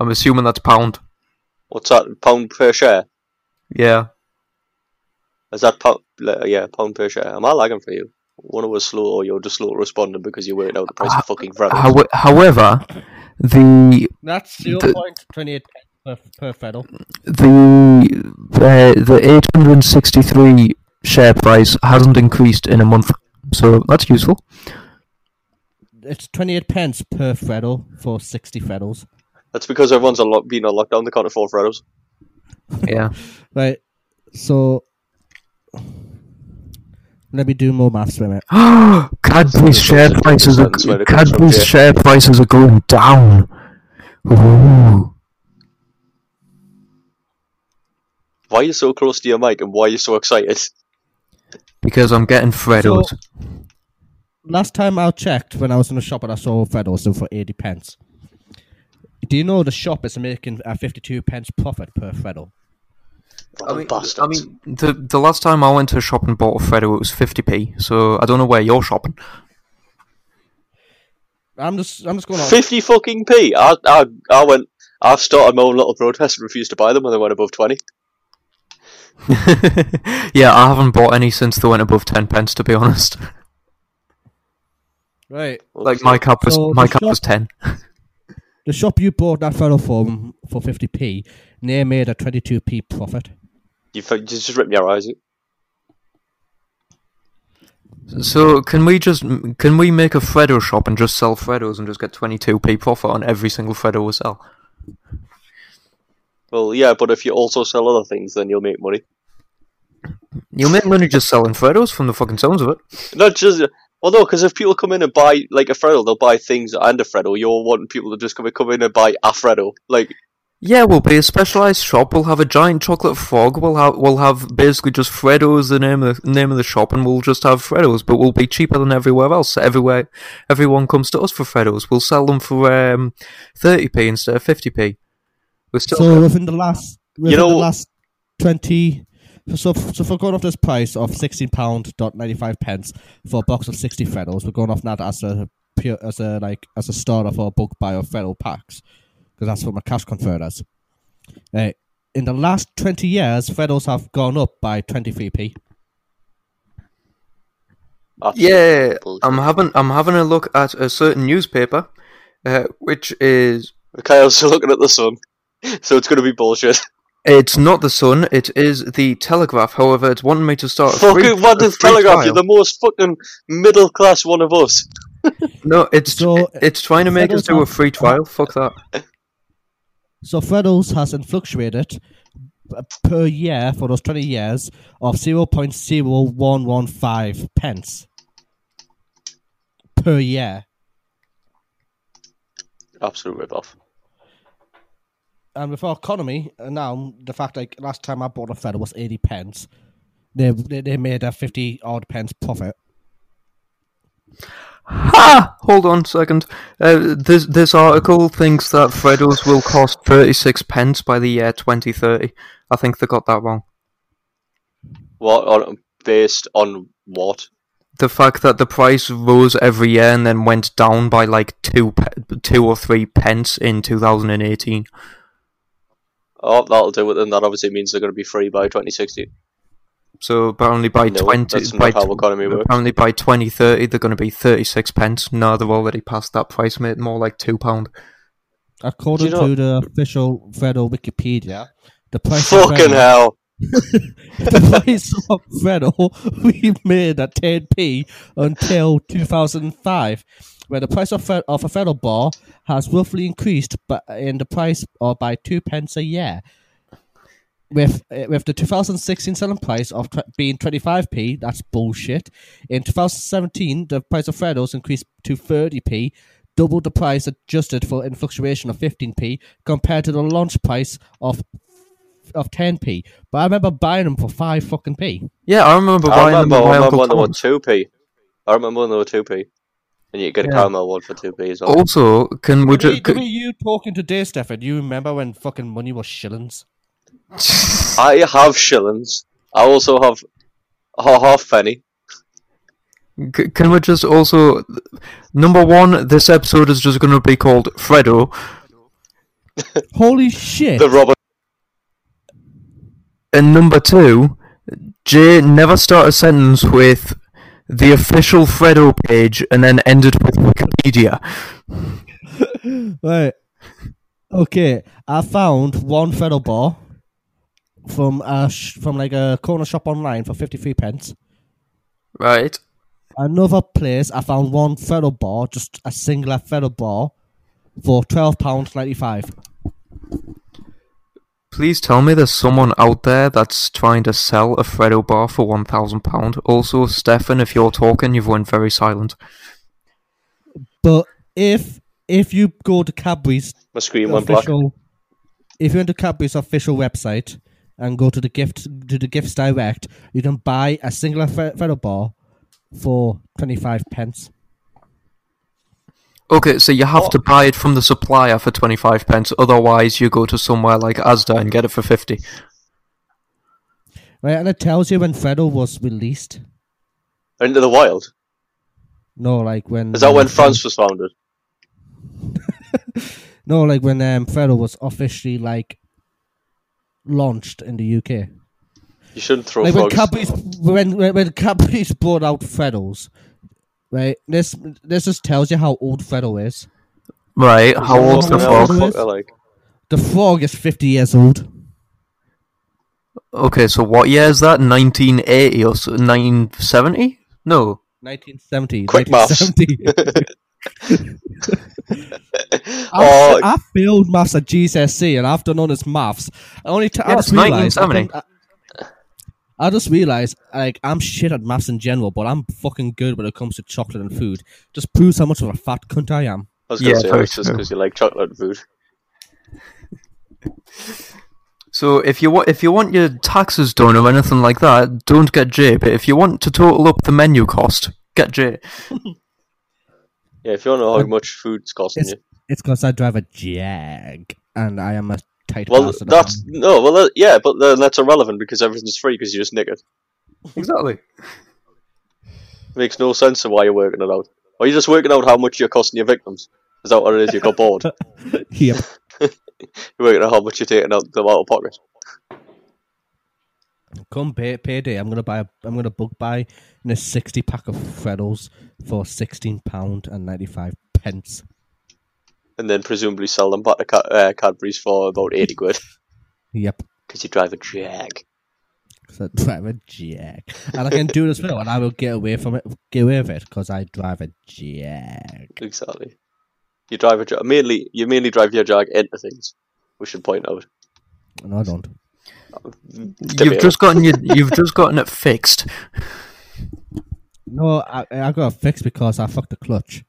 I'm assuming that's pound.
What's that, pound per share?
Yeah,
Is that pound? le- Yeah, pound per share. Am I lagging for you? One of us slow, or you're just slow at responding because you're waiting out the price
Ah,
of fucking Freddos.
How, however, the
That's
The-
zero point twenty eight per per Freddle.
the uh, the eight hundred and sixty three share price hasn't increased in a month, so that's useful.
It's twenty eight pence per Freddle for sixty Freddles.
That's because everyone's on lock- been on lockdown, they can't afford Freddos.
Yeah,
Right. So let me do more maths with it.
Cadbury's share
Something
prices are
that's where it comes from,
Cadbury's
yeah.
share prices are going down. Ooh.
Why are you so close to your mic and why are you so excited?
Because I'm getting Freddos.
So- Last time I checked, when I was in the shop and I saw Freddles they were for eighty pence. Do you know the shop is making a fifty two pence profit per Freddle?
I mean, I mean, the the last time I went to a shop and bought a Freddo, it was fifty p. So I don't know where you're shopping.
I'm just I'm just going on.
50 fucking p. I, I, I went. I've started my own little protest and refused to buy them when they went above 20.
yeah, I haven't bought any since they went above ten pence. To be honest,
Right.
like my cup was
So
my
the
cup was
shop-
ten.
The shop you bought that fellow from for 50p, and they made a 22p profit.
You fu- you just ripped your eyes out.
So can we just can we make a Freddo shop and just sell Freddos and just get twenty two p profit on every single Freddo we sell?
Well, yeah, but if you also sell other things, then you'll make money.
You'll make money just selling Freddos from the fucking sounds of it.
Not just. Well, no, because if people come in and buy like a Freddo, they'll buy things and a Freddo. You're wanting people to just come come in and buy a Freddo. Like,
Yeah, we'll be a specialized shop. We'll have a giant chocolate frog. We'll have we'll have basically just Freddo as the name of the name of the shop, and we'll just have Freddos. But we'll be cheaper than everywhere else. Everywhere, everyone comes to us for Freddos. We'll sell them for um thirty p instead of fifty p. We're still
So within the last,
You
within the
know-
last 20, so so if we're going off this price of 16 pound dot 95 pence for a box of 60 Freddles, we're going off that as a pure as a like as a starter for a bulk buy of Freddle packs because that's what my cash conferred as. Uh, in the last 20 years, Freddles have gone up by 23p.
ah,
Yeah, I'm having I'm having a look at a certain newspaper, uh, which is
Kyle's looking at the sun, so it's going to be bullshit.
It's not the Sun. It is the Telegraph. However, it's wanting me to start. A free,
fucking what
a
is
free
Telegraph?
trial.
You're the most fucking middle class one of us.
No, it's it's trying to make us do a
Telegraph-
free trial. Fuck that.
So Freddles has fluctuated per year for those 20 years of 0.0115 pence per year.
Absolute rip off.
And with our economy, uh, now the fact like last time I bought a Freddle was 80 pence. They, they, they made a 50 odd pence profit.
Ha! Hold on a second. Uh, this this article thinks that Freddos will cost thirty six pence by the year twenty thirty. I think they got that wrong.
What on based on what?
The fact that the price rose every year and then went down by like two pe- two or three pence in two thousand and eighteen.
Oh, that'll do it. Then that obviously means they're going to be free by 2060.
So apparently by
No,
twenty,
that's not
by
how economy works.
apparently by twenty thirty, they're going to be thirty six pence. No, they've already passed that price, mate. More like two pound.
According
Do
to
you
the official Freddle Wikipedia, the price of
Fucking
Freddle-
hell.
the price of Freddle we made at 10p until 2005, where the price of, Fred- of a Freddle bar has roughly increased by, in the price or by two pence a year. With eh, with the 2016 selling price of tw- being 25p, that's bullshit. In 2017, the price of Freddles increased to 30p, double the price adjusted for in fluctuation of 15p compared to the launch price of of 10p. But I remember buying them for five fucking p.
Yeah, I remember
I
buying
remember,
them. at my
I remember
Uncle
when they were
Tom's.
two p. I remember when they were two p, and you get a
Yeah.
caramel one for two p as well.
Also, can we? Ju-
Were you talking today, Stefan? You remember when fucking money was shillings?
I have shillings. I also have a half penny.
C- Can we just also number one? This episode is just going to be called Freddo,
Holy shit!
The Robert.
and number two, Jay never start a sentence with the official Freddo page and then ended with Wikipedia.
right. Okay, I found one Fennel bar from a sh- from like a corner shop online for fifty three pence.
Right.
Another place, I found one Fennel bar, just a singular Fennel bar, for twelve pounds ninety five.
Please tell me there's someone out there that's trying to sell a Freddo bar for one thousand pound. Also, Stefan, if you're talking, you've went very silent.
But if if you go to Cadbury's
My screen went black.
if you went to Cadbury's official website and go to the gift to the gifts direct, you can buy a singular fe- feather bar for twenty five pence.
Okay, so you have to buy it from the supplier for twenty five pence. Otherwise, you go to somewhere like Asda and get it for fifty.
Right, and it tells you when Fredo was released.
Into the wild.
No, like when um,
Is that when France was founded?
no, like when um, Fredo was officially like launched in the UK.
You shouldn't throw
like when
frogs.
Cadbury's when when, when Cadbury's brought out Freddles, right? This this just tells you how old Freddle is.
Right, how old's the
How old
frog?
Freddle is. The frog is fifty years old.
Okay, so what year is that? 1980 or so, 970? No.
1970.
Quick maths.
1970.
Oh.
I've, I've failed maths at GCSE E and I've done honest maths. I only t- I
Yeah,
just
it's
realized.
1970.
I, I just realized like I'm shit at maths in general, but I'm fucking good when it comes to chocolate and food. Just proves how much of a fat cunt I am.
I was going to say, it's just because you like chocolate food.
So if you want, if you want your taxes done or anything like that, don't get J. But if you want to total up the menu cost, get J.
Yeah, if you want to know how much food's costing you.
It's because I drive a Jag and I am a tight
Well,
bastard.
that's no. Well, that, yeah, but then that's irrelevant because everything's free because you just nick it.
Exactly.
Makes no sense of why you're working it out. Or you're just working out how much you're costing your victims. Is that what it is? You got bored.
Yep.
You're working out how much you're taking out them out of pocket.
Come pay, payday, I'm gonna buy. A, I'm gonna book buy in a sixty pack of Freddles for sixteen pound and ninety five pence.
and then presumably sell them back to Ca- uh, Cadbury's for about 80 quid.
Yep.
Because you drive a Jag.
Because I drive a Jag, and I can do it as well, and I will get away from it. Get away with it because I drive a Jag.
Exactly. You drive a Jag. Mainly, you mainly drive your Jag into things, we should point out.
No, I don't.
You've just gotten your, you've just gotten it fixed.
No, I, I got it fixed because I fucked the clutch.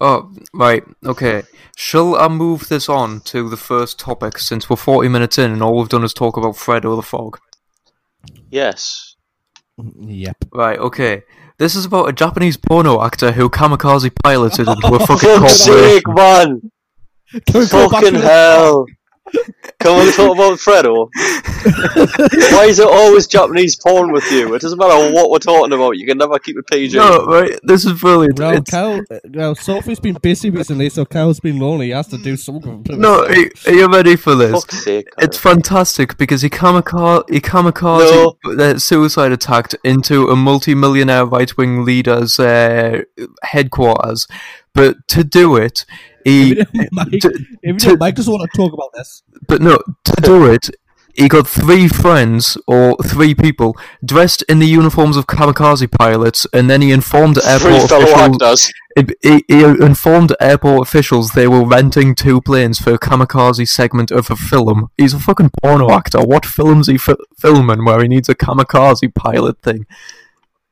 Oh, right. Okay. Shall I move this on to the first topic since we're 40 minutes in and all we've done is talk about Fred or the fog?
Yes.
Yep.
Right, okay. This is about a Japanese porno actor who kamikaze piloted into a fucking corporation.
man! Fucking hell! Come on, talk about Fredo. Why is it always Japanese porn with you? It doesn't matter what we're talking about, you can never keep it PG.
No, right, this is brilliant.
Well,
It's-
Cal, well, Sophie's been busy recently, so Cal's been lonely. He has to do something.
No, are, are you ready for this?
Fuck's sake,
it's fantastic because he kamikaze, he kamikaze uh, suicide attacked into a multi-millionaire right-wing leader's uh, headquarters, but to do it, he to-
Even
to-
though Mike doesn't want to talk about this.
but no, to do it, he got three friends or three people dressed in the uniforms of kamikaze pilots, and then he informed airport
fellow
officials. He, he informed airport officials they were renting two planes for a kamikaze segment of a film. He's a fucking porno actor. What film's he fi- filming where he needs a kamikaze pilot thing?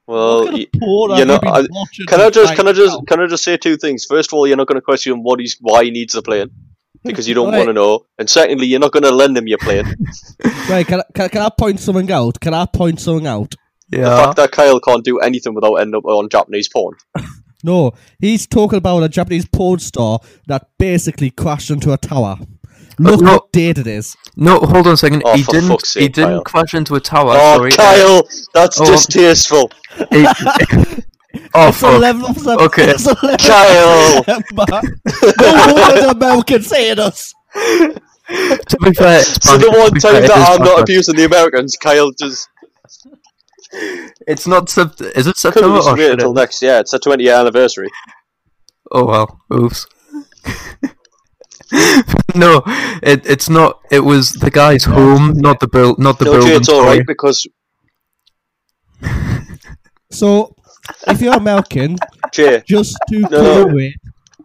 Well, you,
porn
Oh, you
have
know,
you been
I-
watching
can I just
right
can I just can I just say two things? First of all, you're not going to question what he's why he needs the plane because you don't
Right.
want to know, and secondly, you're not going to lend him your plane.
Right, can I, can, I- can I point something out? Can I point something out?
The fact that Kyle can't do anything without ending up on Japanese porn.
No, he's talking about a Japanese porn star that basically crashed into a tower. Look
no-
what date it is.
No, hold on a second.
Oh,
he
for
didn't.
fuck's
he
sake,
didn't
Kyle.
crash into a tower.
Oh,
sorry.
Kyle,
Oh.
that's distasteful.
He- oh,
It's
fuck.
11 of September.
Okay.
It's 11 of
Kyle.
September. no wonder Americans hated us.
to be fair, it's
So the
bad-
one
to be
time
fair, it
that
is
I'm not
bad.
abusing the Americans, Kyle just
It's not sept. Is it
could
September? Oh,
have just
Or
waited until next. Yeah, it's the 20 year anniversary.
oh well, oops. no, it, it's not. It was the guy's home, not the build, not the
No, Jay,
building.
it's all
sorry.
right because
So, if you're American,
Jay,
just to
No,
no,
no.
it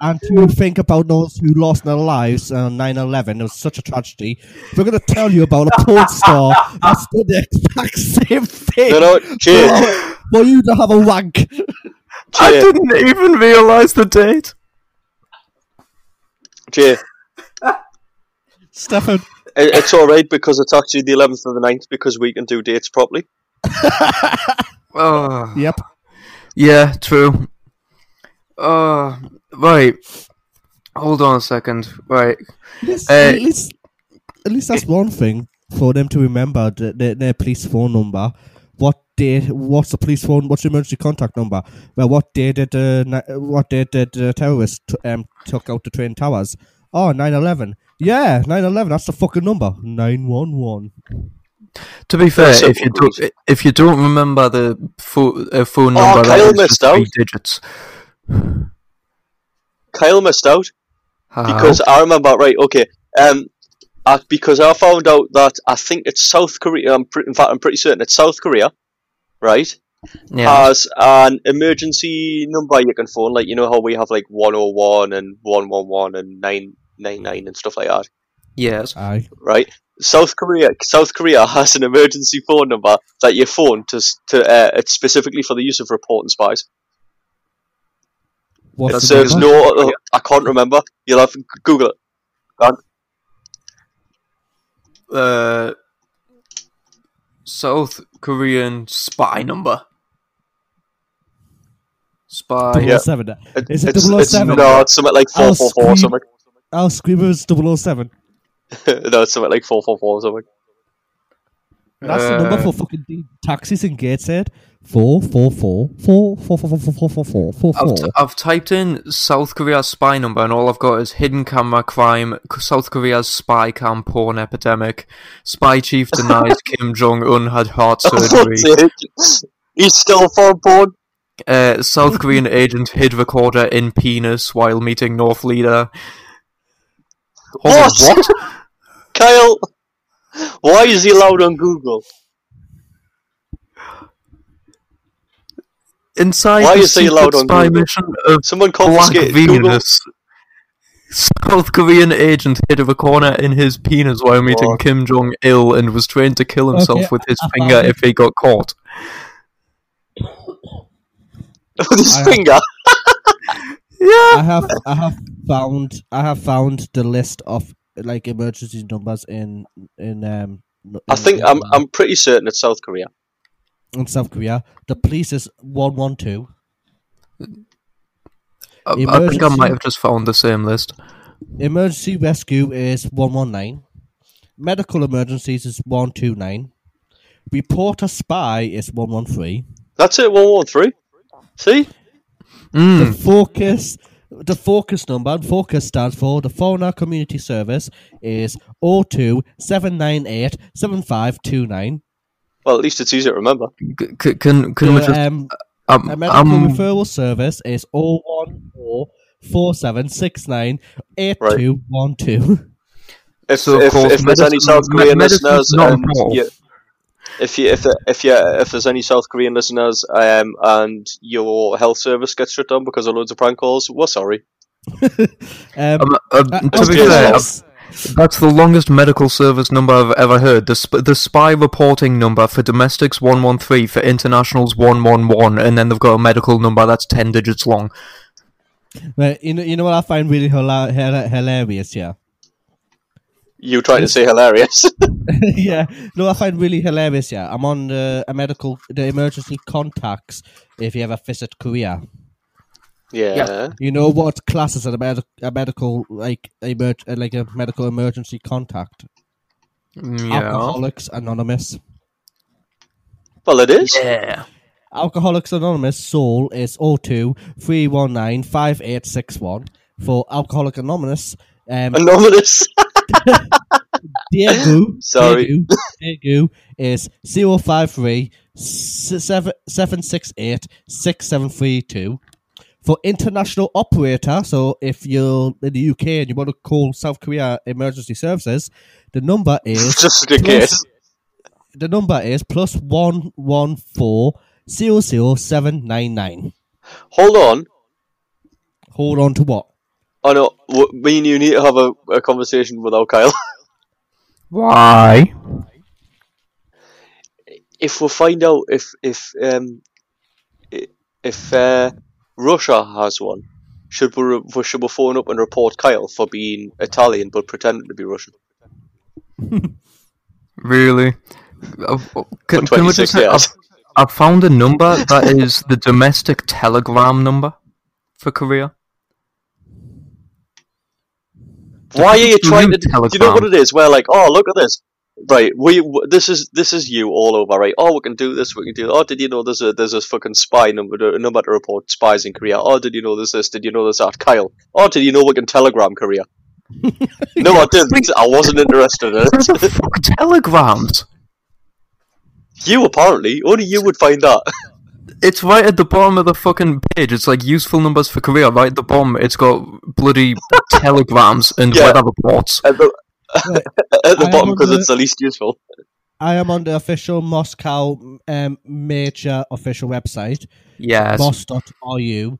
and to think about those who lost their lives on 9-11, it was such a tragedy. We're going to tell you about a porn star that's done the exact same thing.
No, no, Jay,
For- For you to have a wank.
I
Jay,
didn't even realize the date.
Jay.
Stefan.
It- It's all right because it's actually the 11th of the 9th because we can do dates properly.
Oh,
Yep.
yeah, true. Uh, right. Hold on a second. Right.
At least,
Uh,
at least, at least that's one thing for them to remember the, the, their police phone number. What day? What's the police phone? What's the emergency contact number? Well, what day did the na- what day did the terrorists t- um, took out the train towers? Oh, 9-11. Yeah, 9-11, That's the fucking number. Nine one one.
To be fair,
so-
if you don't if you don't remember the pho- uh, phone
Oh,
number, that
Kyle
is just
missed out.
three digits.
Kyle missed out
Oh.
because I remember right. Okay, um, I, because I found out that I think it's South Korea. I'm pre- in fact, I'm pretty certain it's South Korea, right?
Yeah.
Has an emergency number you can phone, like you know how we have like 101 and 111 and 999 and stuff like that,
Yes.
Aye.
right? South Korea, South Korea has an emergency phone number that you phone to s- to uh, it's specifically for the use of reporting spies.
What's
it
the
serves
number?
no. Other, I can't remember. You'll have to Google it. Can't-
Uh, South Korean spy number. Spy.
007. Is it
it's,
007?
it's- no, it's something like
I'll
444 or
scream-
something.
I'll scream it was 007.
no, it's something like 444 or something.
That's the number
Uh,
for fucking de- taxis in Gateshead. Four four four four four four four four four four four
I've,
four.
t- I've typed in South Korea's spy number, and all I've got is hidden camera crime, K- South Korea's spy cam porn epidemic. Spy chief denies Kim Jong Un had heart
Oh,
surgery.
He's still phone porn.
Uh, South Korean agent hid recorder in penis while meeting North leader. Hold on, what?
Kyle, why is he allowed on Google?
Inside
Why
the
is he allowed
secret
on
spy
Google?
mission of
Someone
Black
confiscated Google.
Venus, South Korean agent hid a corner in his penis while meeting
Fuck.
Kim Jong Il and was trained to kill himself
Okay,
with his
I
finger
found it.
if he got caught.
With his
I-
finger.
I have I have found I have found the list of like emergency numbers in in um n-
I
in-
think
in, um,
I'm. I'm pretty certain it's South Korea.
in South Korea. The police is one one two.
I, I think I might have just found the same list.
Emergency rescue is one one nine. Medical emergencies is one two nine. Report a spy is one one three.
That's it. One one three. See,
The focus, the focus number, focus stands for the Foreigner Community Service, is 027987529.
well, at least it's easier to remember.
C- can can we
The,
just?
um,
um,
a medical
um,
referral service is 01447698212.
If
So, of
if,
course,
if there's any
medicine-
South
me-
Korean
medicine's
listeners,
not
and
involved.
you, if you if if you if there's any South Korean listeners, um, and your health service gets shut down because of loads of prank calls, we're sorry.
Um, um,
uh,
to be
okay,
fair, um,
yes.
I've- that's the longest medical service number I've ever heard. The, sp- the spy reporting number for domestics 113, for internationals 111, and then they've got a medical number that's 10 digits long.
Right, you, know, you know what I find really hila- hila- hilarious, yeah?
You trying to say hilarious?
yeah, no, I find really hilarious. Yeah, I'm on the a medical, the emergency contacts. If you ever visit Korea,
yeah.
you know what classes are a, med- a medical like a emer- uh, like a medical emergency contact.
Mm,
Alcoholics Anonymous.
Well, it is.
Yeah.
Alcoholics Anonymous Soul is 02 319 5861 for Alcoholic Anonymous. Um,
Anonymous.
Daegu,
Sorry.
Daegu, Daegu is 053 768 6732. For international operator, so if you're in the UK and you want to call South Korea Emergency Services, the number is
Just in case.
The number is plus one one four zero zero seven nine nine.
Hold on.
Hold on to what?
Oh no, w- me and you need to have a, a conversation without Kyle.
Why?
if we find out if if um i- if uh, Russia has one, should we, re- we- should we phone up and report Kyle for being Italian but pretending to be Russian?
Really? Uh, Can,
For
can we just
26
say, I've,
years.
I've found a number that is the domestic telegram number for Korea.
Why are you
people
trying to?
use
Do you know what it
Telegram?
is? We're like, oh look at this. Right, we w- this is this is you all over, right? Oh, we can do this, we can do. Oh, did you know there's a there's this fucking spy number to, number to report spies in Korea? Oh, did you know there's this? Did you know there's that? Kyle. Oh, did you know we can telegram Korea? no, I didn't. I wasn't interested in
Who
it.
the fuck telegrams?
You apparently only you would find that.
It's right at the bottom of the fucking page. It's like useful numbers for Korea. Right at the bottom, it's got bloody telegrams and
Yeah.
weather reports.
At the, at the
I
bottom because
remember-
it's the least useful.
I am on the official Moscow um, major official website.
Yes.
Mos.ru.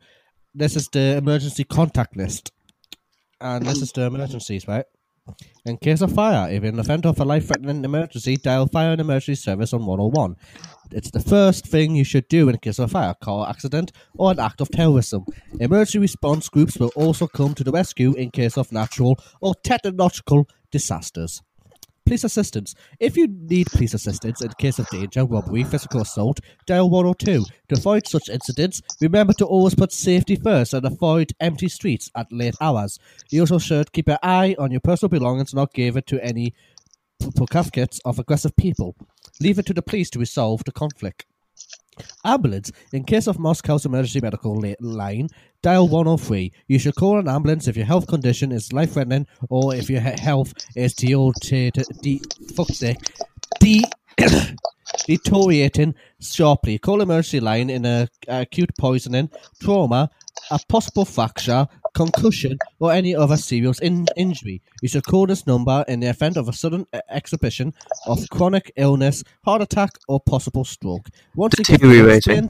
This is the emergency contact list. And this is the emergencies, right? In case of fire, if an event of a life threatening emergency, dial fire and emergency service on 101. It's the first thing you should do in case of a fire, car accident, or an act of terrorism. Emergency response groups will also come to the rescue in case of natural or technological disasters police assistance. If you need police assistance in case of danger, robbery, physical assault, dial 102. To avoid such incidents, remember to always put safety first and avoid empty streets at late hours. You also should keep an eye on your personal belongings and not give it to any p- certificates of aggressive people. Leave it to the police to resolve the conflict. Ambulance. In case of Moscow's emergency medical la- line, dial 103. You should call an ambulance if your health condition is life threatening or if your he- health is deteriorated. De- fuck's sake. De- deteriorating sharply. Call emergency line in a, acute poisoning, trauma, a possible fracture, concussion, or any other serious in- injury. You should call this number in the event of a sudden e- exhibition of chronic illness, heart attack, or possible stroke. Once again,
Deteriorating.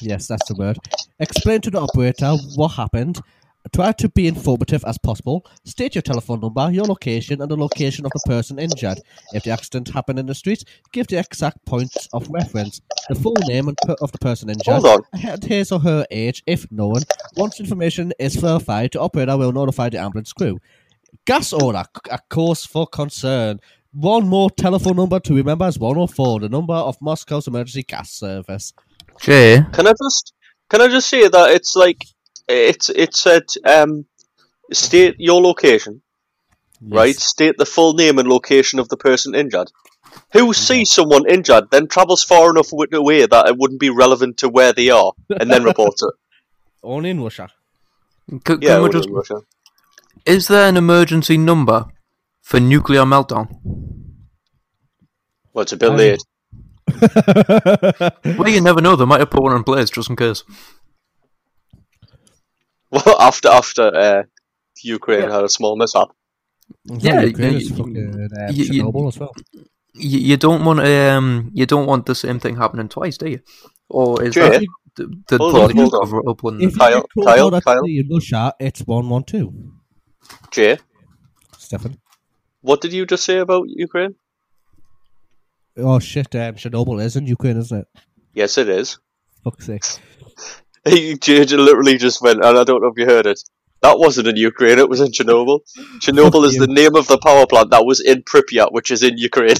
Yes, that's the word. Explain to the operator what happened. Try to be informative as possible. State your telephone number, your location, and the location of the person injured. If the accident happened in the street, give the exact points of reference, the full name and per- of the person injured,
Hold on.
and his or her age, if known. Once information is verified, the operator will notify the ambulance crew. Gas order, c- a cause for concern. One more telephone number to remember is 104, the number of Moscow's emergency gas service.
Jay,
Can I just can I just say that it's like it's it said um state your location, right? State the full name and location of the person injured. Who sees someone injured, then travels far enough wi- away that it wouldn't be relevant to where they are, and then reports it.
Only in Russia.
c-
Yeah,
can we
only
just-
in Russia.
is there an emergency number for nuclear meltdown?
Well, it's a bit late.
well, you never know. They might have put one in place just in case.
Well, after after uh, Ukraine had a small mishap.
Yeah, Ukraine, you- it's
fucking uh,
you- you-
Chernobyl as well.
You, you don't want um you don't want the same thing happening twice, do you? Or is
Jay?
that the, the
Hold
bloody
on, hold on.
cover up on
If
Kyle-
you
Kyle-
call that
Kyle?
in Russia, it's one one two.
Jay,
Stefan.
what did you just say about Ukraine?
Oh shit! Um, Chernobyl is in Ukraine, isn't it?
Yes, it is.
Fuck's sake!
He j- j- literally just went, and I don't know if you heard it. That wasn't in Ukraine, it was in Chernobyl. Chernobyl is the name of the power plant that was in Pripyat, which is in Ukraine.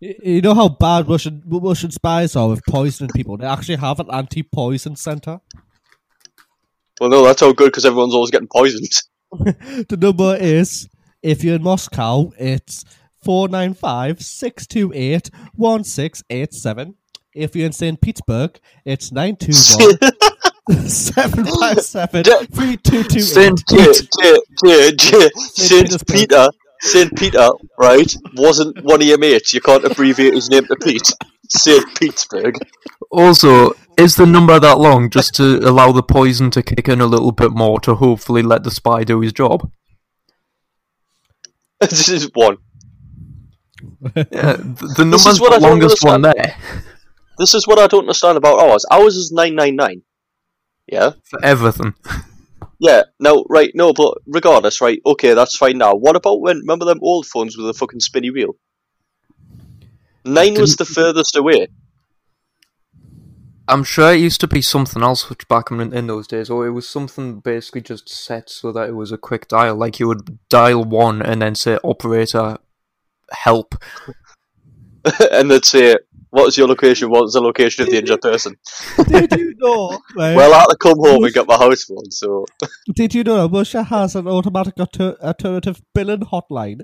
Y- You know how bad Russian Russian spies are with poisoning people. They actually have an anti-poison center.
Well, no, that's all good because everyone's always getting poisoned.
The number is, if you're in Moscow, it's 495-628-1687. If you're in St. Petersburg, it's 921-757-3228.
Saint
Jay,
Pete.
Jay, Jay, Jay, Saint
Petersburg.
Peter, Saint Peter, right, wasn't one of your mates. You can't abbreviate his name to Pete. Saint Petersburg.
Also, is the number that long just to allow the poison to kick in a little bit more to hopefully let the spy do his job?
this is one.
Yeah, Uh, th- the
This
number's
is what I
the
don't
longest one
understand.
there.
This is what I don't understand about ours. Ours is 999. Yeah?
For everything.
Yeah, no, right, no, but regardless, right, okay, that's fine now. What about when, remember them old phones with the fucking spinny wheel? Nine was the furthest away.
I'm sure it used to be something else which back in, in those days, or it was something basically just set so that it was a quick dial. Like you would dial one and then say operator help.
and they'd say, what is your location? What's the location of the injured person?
Did you know? right?
Well, I had to come home and get my house phone, so.
Did you know that Russia has an automatic alter- alternative billing hotline?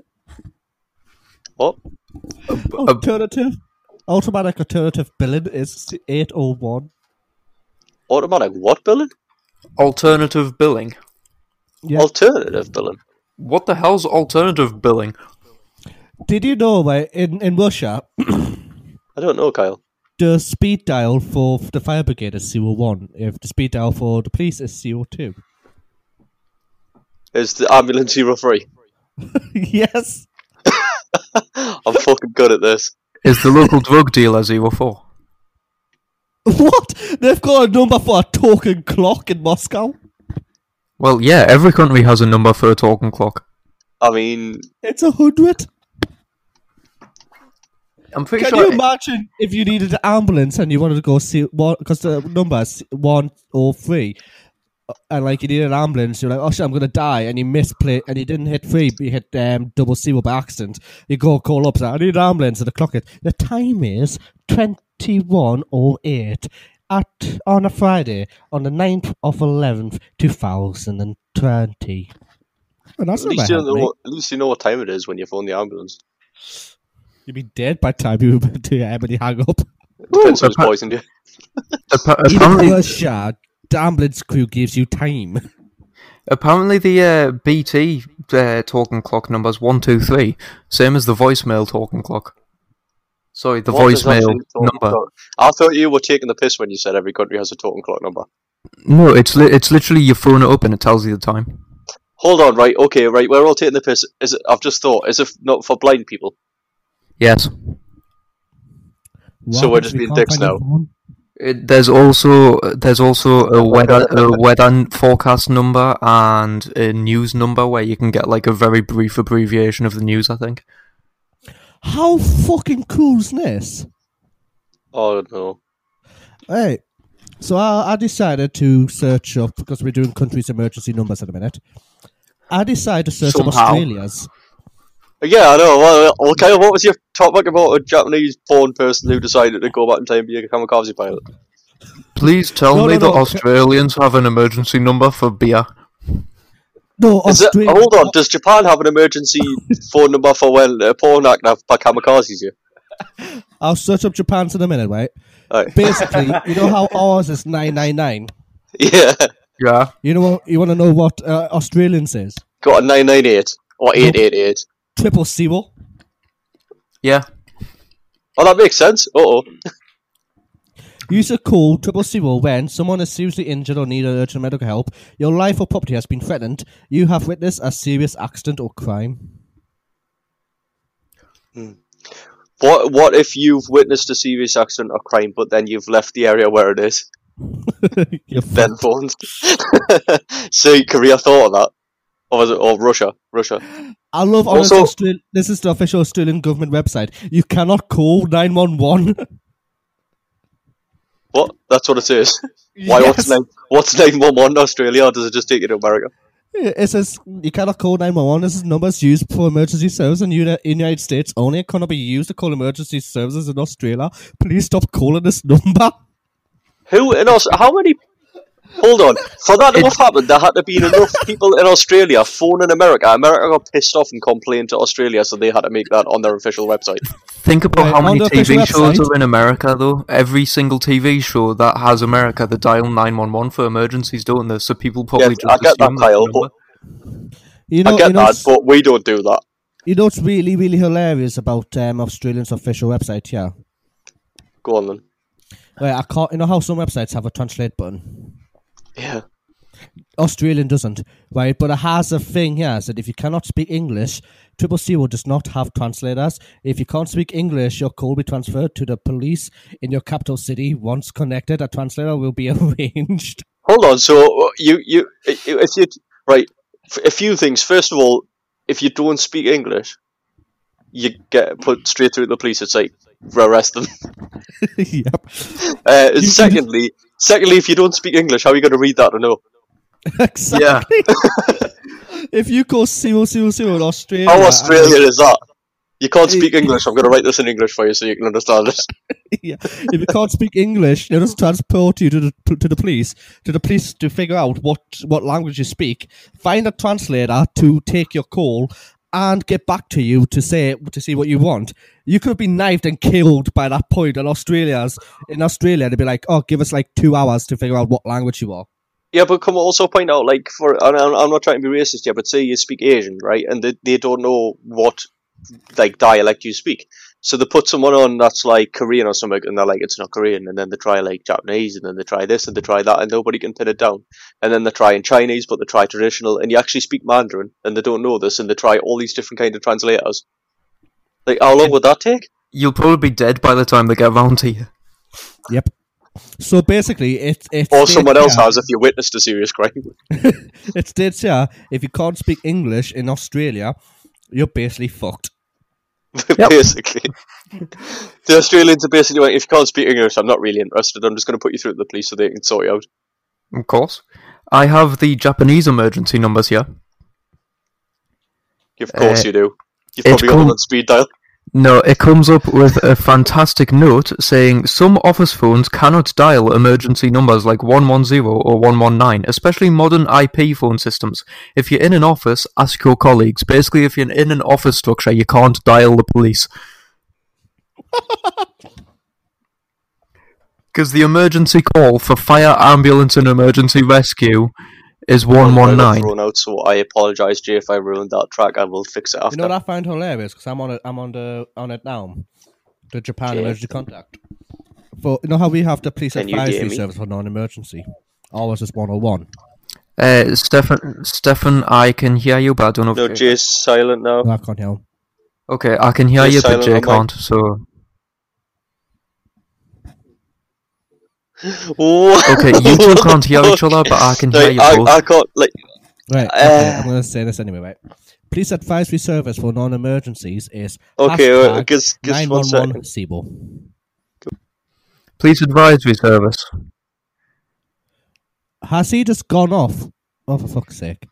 What?
Alternative, automatic alternative billing is eight oh one.
Automatic what billing?
Alternative billing.
Alternative billing.
What the hell's alternative billing?
Did you know, right? In in Russia,
I don't know, Kyle.
The speed dial for the fire brigade is CO1. If the speed dial for the police is CO2.
Is the ambulance hero free?
yes.
I'm fucking good at this.
Is the local drug dealer zero four?
What? They've got a number for a talking clock in Moscow.
Well, yeah, every country has a number for a talking clock.
I mean,
It's a hundred.
I'm pretty
Can
sure.
you imagine if you needed an ambulance and you wanted to go see one because the number is one or three, uh, and like you need an ambulance, you're like, oh shit, I'm gonna die, and you misplay and you didn't hit three, but you hit um, double zero by accident. You go call up, say, I need an ambulance, and the clock it. The time is twenty one or eight at on a Friday on the 9th of eleventh, two thousand and twenty. And that's
at
not bad.
least, you know
mate.
what, at least you know what time it is when you phone the ambulance.
You'd be dead by the time you were to uh, when you hang up.
Depends who's poisoned you.
Appa-
Even
apparently,
worse, Shad, the ambulance crew gives you time.
apparently the uh, BT uh, talking clock number is one two three, same as the voicemail talking clock. Sorry, the
What is
voicemail
actually a totem
number.
clock? I thought you were taking the piss when you said every country has a totem clock number.
No, it's li- it's literally you phone it up and it tells you the time.
Hold on, right? Okay, right. We're all taking the piss. Is it, I've just thought, is it f- not for blind people?
Yes.
So we're just being dicks now.
It, there's also there's also a weather a weather forecast number and a news number where you can get like a very brief abbreviation of the news. I think.
How fucking cool is this?
Oh no!
Hey, so I, I decided to search up because we're doing countries' emergency numbers in a minute. I decided to search up
Somehow.
Australia's.
Yeah, I know. Well, well, okay, what was your topic about a Japanese porn person who decided to go back in time and be a kamikaze pilot?
Please tell
No,
me
no,
that
no.
Australians have an emergency number for beer.
No,
Is it, Oh, hold on. Does Japan have an emergency phone number for when a porn actor by kamikazes you?
I'll search up Japan's in a minute, right?
Right.
Basically, you know how ours is nine nine nine.
Yeah.
Yeah.
You know what? You want to know what uh, Australians is?
Got a nine nine eight or eight eight eight.
Triple zero.
Yeah.
Oh, that makes sense. Uh oh.
Use a call triple zero when someone is seriously injured or needs urgent medical help. Your life or property has been threatened. You have witnessed a serious accident or crime.
What What if you've witnessed a serious accident or crime, but then you've left the area where it is? then phones. See, Korea thought of that, or was it? Or Russia? Russia.
I love honest
Also-
Austral- this is the official Australian government website. You cannot call nine one one.
What? That's what it is. Why? What's nine? What's nine one one Australia? Or does it just take you to America?
It says you cannot call nine one one. This is numbers used for emergency service in the United States only. It cannot be used to call emergency services in Australia. Please stop calling this number.
Who in Aus? How many? Hold on. For that to have happened, there had to be enough people in Australia phoning America. America got pissed off and complained to Australia, so they had to make that on their official website.
Think about
Right,
how
on
many
the
TV
official
shows
website-
are in America, though. Every single TV show that has America, the dial nine one one for emergencies, don't they? So people probably just
I get that,
assume that's the
Kyle,
number.
You
I
know,
get
you know,
that, but we don't do that.
You know what's really, really hilarious about um, Australian's official website? Yeah.
Go on then.
Right, I can't. You know how some websites have a translate button?
Yeah.
Australian doesn't, right? But it has a thing here that if you cannot speak English, Triple Zero does not have translators. If you can't speak English, your call will be transferred to the police in your capital city. Once connected, a translator will be arranged.
Hold on. So uh, you you i- if you right f- a few things. First of all, if you don't speak English, you get put straight through to the police. It's like arrest them.
yep.
Uh, secondly, secondly, if you don't speak English, how are you going to read that or know?
Exactly. if you call zero zero zero in Australia,
How Australian is that? You can't speak English. I'm going to write this in English for you so you can understand it.
yeah. If you can't speak English, they'll just transport you to the to the police, to the police to figure out what what language you speak. Find a translator to take your call and get back to you to say to see what you want. You could be knifed and killed by that point in Australia's in Australia. They'd be like, "Oh, give us like two hours to figure out what language you are."
Yeah, but come also point out, like, for and I'm, I'm not trying to be racist here, but say you speak Asian, right, and they, they don't know what like dialect you speak. So they put someone on that's like Korean or something, and they're like, it's not Korean. And then they try like Japanese, and then they try this, and they try that, and nobody can pin it down. And then they're trying Chinese, but they try traditional, and you actually speak Mandarin, and they don't know this, and they try all these different kind of translators. Like, how long would that take?
You'll probably be dead by the time they get round to you.
Yep. So basically, it's it's
Or someone else has if you witnessed a serious crime.
it states here if you can't speak English in Australia, you're basically fucked.
basically. the Australians are basically like, if you can't speak English, I'm not really interested. I'm just going to put you through to the police so they can sort you out.
Of course. I have the Japanese emergency numbers here.
Of course
Uh,
you do. You've
it's
probably got them
called-
on speed dial.
No, it comes up with a fantastic note saying some office phones cannot dial emergency numbers like 110 or 119, especially modern IP phone systems. If you're in an office, ask your colleagues. Basically, if you're in an office structure, you can't dial the police. Because the emergency call for fire, ambulance, and emergency rescue is
I got
119.
thrown out, so I apologise, Jay, if I ruined that track. I will fix it after.
You know what I find hilarious because I'm on it. I'm on the on it now. The Japan
Yeah.
emergency contact. For you know how we have the police
Can you hear
advisory
me? Oh.
service for non-emergency. Always just 101.
Uh, Stefan, Stefan, I can hear you, but I don't know if
No, Jay's silent now.
No, I can't hear. him.
Okay, I can hear
You're
you, but
silent
Jay
on mic.
can't. So Okay, you two can't hear each other, but I can hear you
I,
both.
I can't, like,
Right. Okay,
Uh,
I'm going to say this anyway, right? Police advisory service for non-emergencies is
Okay,
hashtag
uh, just- just one
911 Siebel.
police advisory service.
Has he just gone off? Oh, for fuck's sake.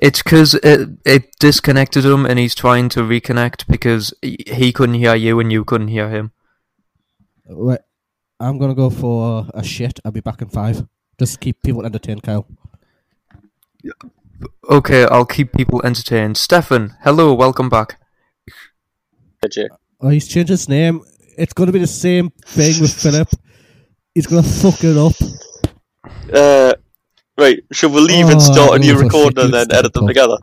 It's because it, it disconnected him, and he's trying to reconnect because he- he couldn't hear you and you couldn't hear him.
Right. I'm going to go for a shit. I'll be back in five. Just keep people entertained, Kyle.
Okay, I'll keep people entertained. Stefan, hello, welcome back.
Jay.
Oh, he's changed his name. It's going to be the same thing with Philip. He's going to fuck it up.
Uh, right, should we leave and
Oh,
start a new
for
recording
fuck's
and then edit them together?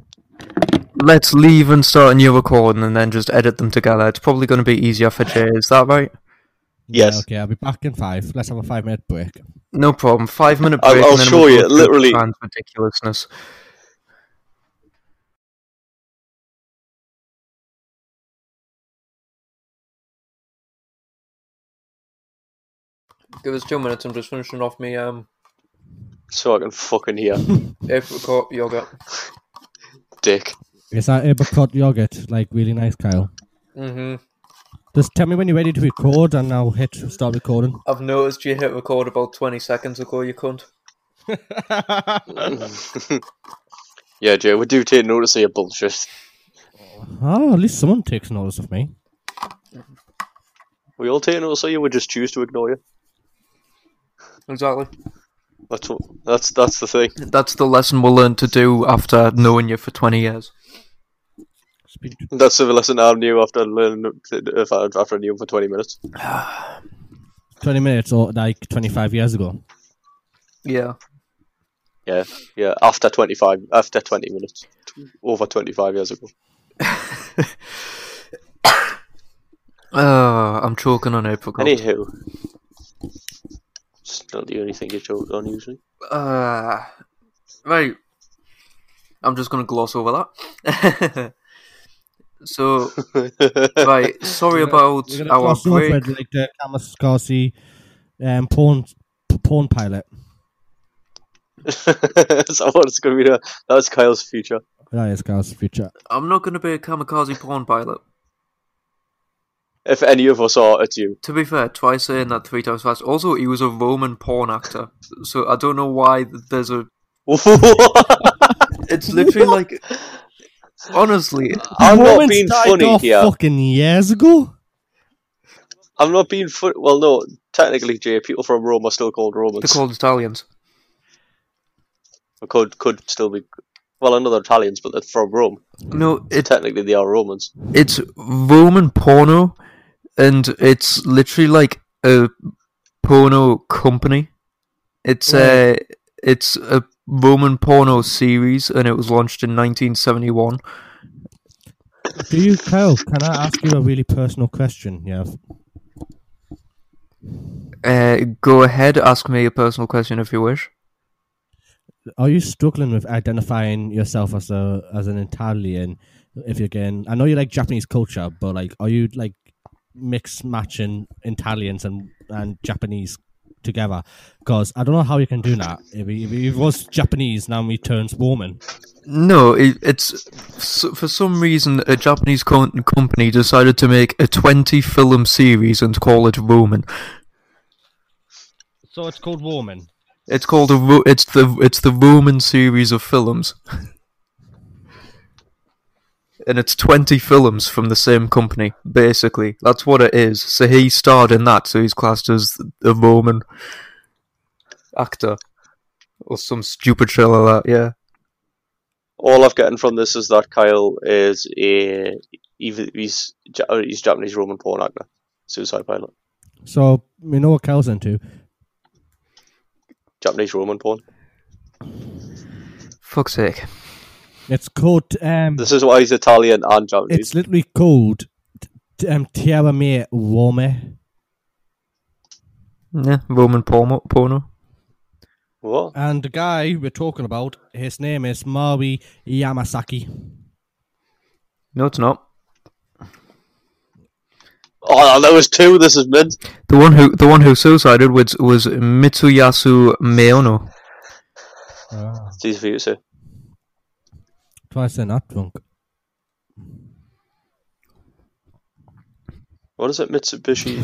Let's leave and start a new recording, and then just edit them together. It's probably going to be easier for Jay. Is that right?
Yes.
okay, I'll be back in five. Let's have a five minute break.
No problem. Five minute
I'll-
break.
I'll
and then
show
we'll
you,
go through
literally.
Fran's ridiculousness. Give us two minutes. I'm just finishing off me um
So I can fucking hear.
apricot yogurt.
Dick.
Is that apricot yogurt? Like, really nice, Kyle.
Mhm.
Just tell me when you're ready to record and I'll hit start recording.
I've noticed you hit record about 20 seconds ago. You cunt.
Yeah, Jay, we do take notice of your bullshit.
Oh, at least someone takes notice of me.
We all take notice of you, we just choose to ignore you.
Exactly.
That's what, that's that's the thing.
That's the lesson we'll learn to do after knowing you for 20 years.
That's the lesson I knew after learning if I, after I knew him for twenty minutes.
20 minutes or like 25 years ago.
Yeah.
Yeah, yeah. After twenty five, after twenty minutes, T- over twenty five years ago.
Oh, I'm choking on apricot.
Anywho, it's not the only thing you joke on usually.
Uh, right. I'm just going to gloss over that. so, right. Sorry about
We're gonna
our
cross over
break.
it like the Kamasakazi uh, um, porn p- porn pilot.
so what it's gonna be? now. That's Kyle's future.
That is Kyle's future.
I'm not going to be a kamikaze porn pilot.
If any of us are, it's you.
To be fair, try saying that three times fast. Also, he was a Roman porn actor, so I don't know why th- there's a. it's literally like, honestly,
I'm not
Roman's
being
died
funny
off
here.
Fucking years ago.
I'm not being funny. Well, no, technically, Jay, people from Rome are still called
they're
Romans.
called Italians.
Could could still be. Well, I know they're Italians, but they're from Rome.
No,
So technically, they are Romans.
it's Roman porno, and it's literally like a porno company. It's a it's a Roman porno series, and it was launched in 1971.
Do you, Kyle? Can I ask you a really personal question? Yeah.
Uh, go ahead, ask me a personal question if you wish.
Are you struggling with identifying yourself as a as an Italian? If you're getting, I know you like Japanese culture, but like, are you like mix matching Italians and and Japanese together? Because I don't know how you can do that. If he, if he was Japanese, now he turns woman.
No, it, it's so- for some reason a Japanese co- company decided to make a 20 film series and call it Roman.
So it's called woman.
It's called a Ro- it's the it's the Roman series of films. and it's 20 films from the same company basically. That's what it is. So he starred in that so he's classed as a Roman actor or some stupid shit like that, yeah.
All I've gotten from this is that Kyle is a he's he's Ja- uh, he's Japanese Roman porn actor, suicide pilot,
So we know what Kyle's into.
Japanese Roman porn.
Fuck's sake.
It's called um.
This is why he's Italian and Japanese.
It's literally called t- um, Tierra Me Warme.
Yeah, Roman porno. porno.
What?
And the guy we're talking about, his name is Maui Yamasaki.
No, it's not.
Oh, that was two. This is mid.
The one who the one who suicided was was Mitsuyasu Meono.
It's easy for you to say.
Twice they're not drunk.
What is it, Mitsubishi?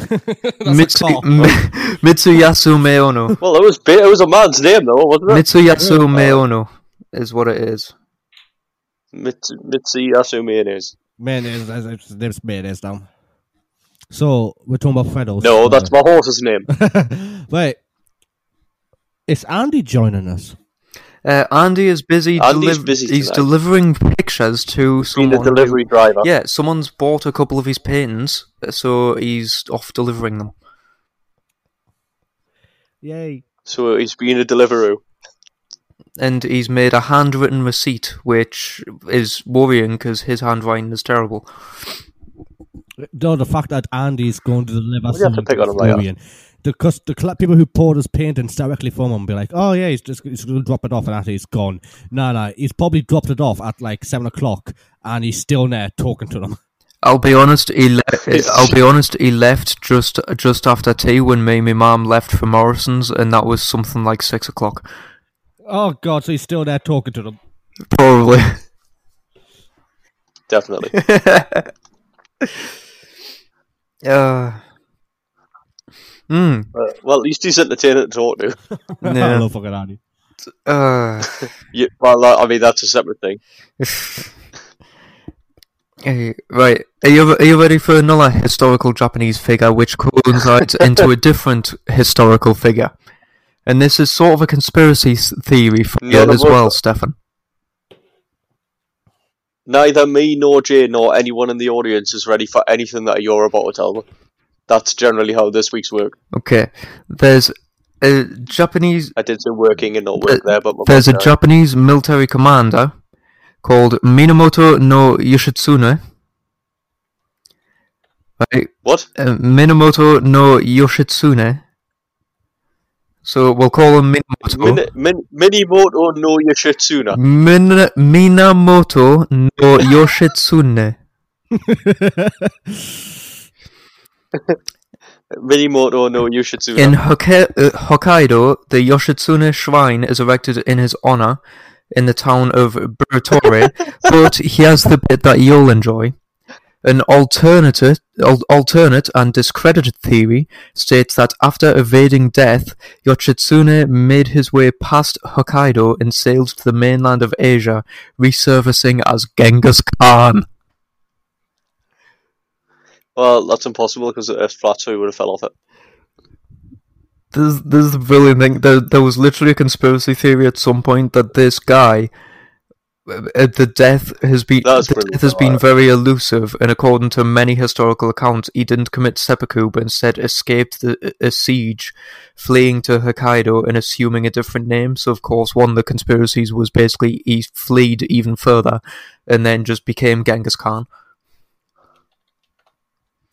Mitsu, Mi- Mitsuyasu Meono.
well, it was ba- it was a man's name though, wasn't it?
Mitsuyasu Meono is what it is.
Mitsu- Mitsuyasu mayonnaise.
Mayonnaise, that's- that's- there's mayonnaise now. So we're talking about Fredos.
No, that's my horse's name.
Wait, is Andy joining us?
Uh, Andy is busy.
Andy's
deliv-
busy
He's
tonight.
delivering pictures to someone. who-
delivery driver.
Yeah, someone's bought a couple of his pins, so he's off delivering them.
Yay!
So he's been a deliveroo.
And he's made a handwritten receipt, which is worrying because his handwriting is terrible.
No, the fact that Andy's going to deliver
We have to
something
pick on him later.
Florian. The, cus- the cl- people who poured his paint and directly from him be like, oh yeah, he's just he's going to drop it off and after he's gone. No, no, he's probably dropped it off at like seven o'clock and he's still there talking to them.
I'll be honest. He le- I'll be honest. He left just just after tea when me and my mum left for Morrison's, and that was something like six o'clock,
Oh god, so he's still there talking to them.
probably.
Definitely.
uh, mm,
Uh, well, at least he's entertaining to talk to.
Yeah.
Hello, fucking Andy.
uh,
Yeah, well, that, I mean, that's a separate thing.
eh, right. Are you are you ready for another historical Japanese figure which coincides into a different historical figure? And this is sort of a conspiracy s- theory for you
None of
as well,
us-
Stefan.
Neither me nor Jay nor anyone in the audience is ready for anything that you're about to tell them. That's generally how this week's work.
Okay. There's a Japanese
I did some working and not work there, but my
There's a
mum, uh,
Japanese military commander called Minamoto no Yoshitsune. Right.
What?
Uh, Minamoto no Yoshitsune. So we'll call him Minamoto.
Min, min, Minimoto
Mm.
no Yoshitsuna.
Min- Minamoto no Yoshitsune.
Minimoto no Yoshitsuna.
In Hokke- uh, Hokkaido, the Yoshitsune shrine is erected in his honor in the town of Buratore, but here's the bit that you'll enjoy. An alternative, al- alternate and discredited theory states that after evading death, Yoshitsune made his way past Hokkaido and sailed to the mainland of Asia, resurfacing as Genghis Khan.
Well, that's impossible because the Earth's flat, so he would have fell off it.
This, this is the brilliant thing. There, there was literally a conspiracy theory at some point that this guy, uh, the death has been
That's
the
brilliant,
death has
I
been
like
very elusive, and according to many historical accounts, he didn't commit seppuku, but instead escaped the, a siege, fleeing to Hokkaido and assuming a different name. So, of course, one of the conspiracies was basically he fled even further, and then just became Genghis Khan.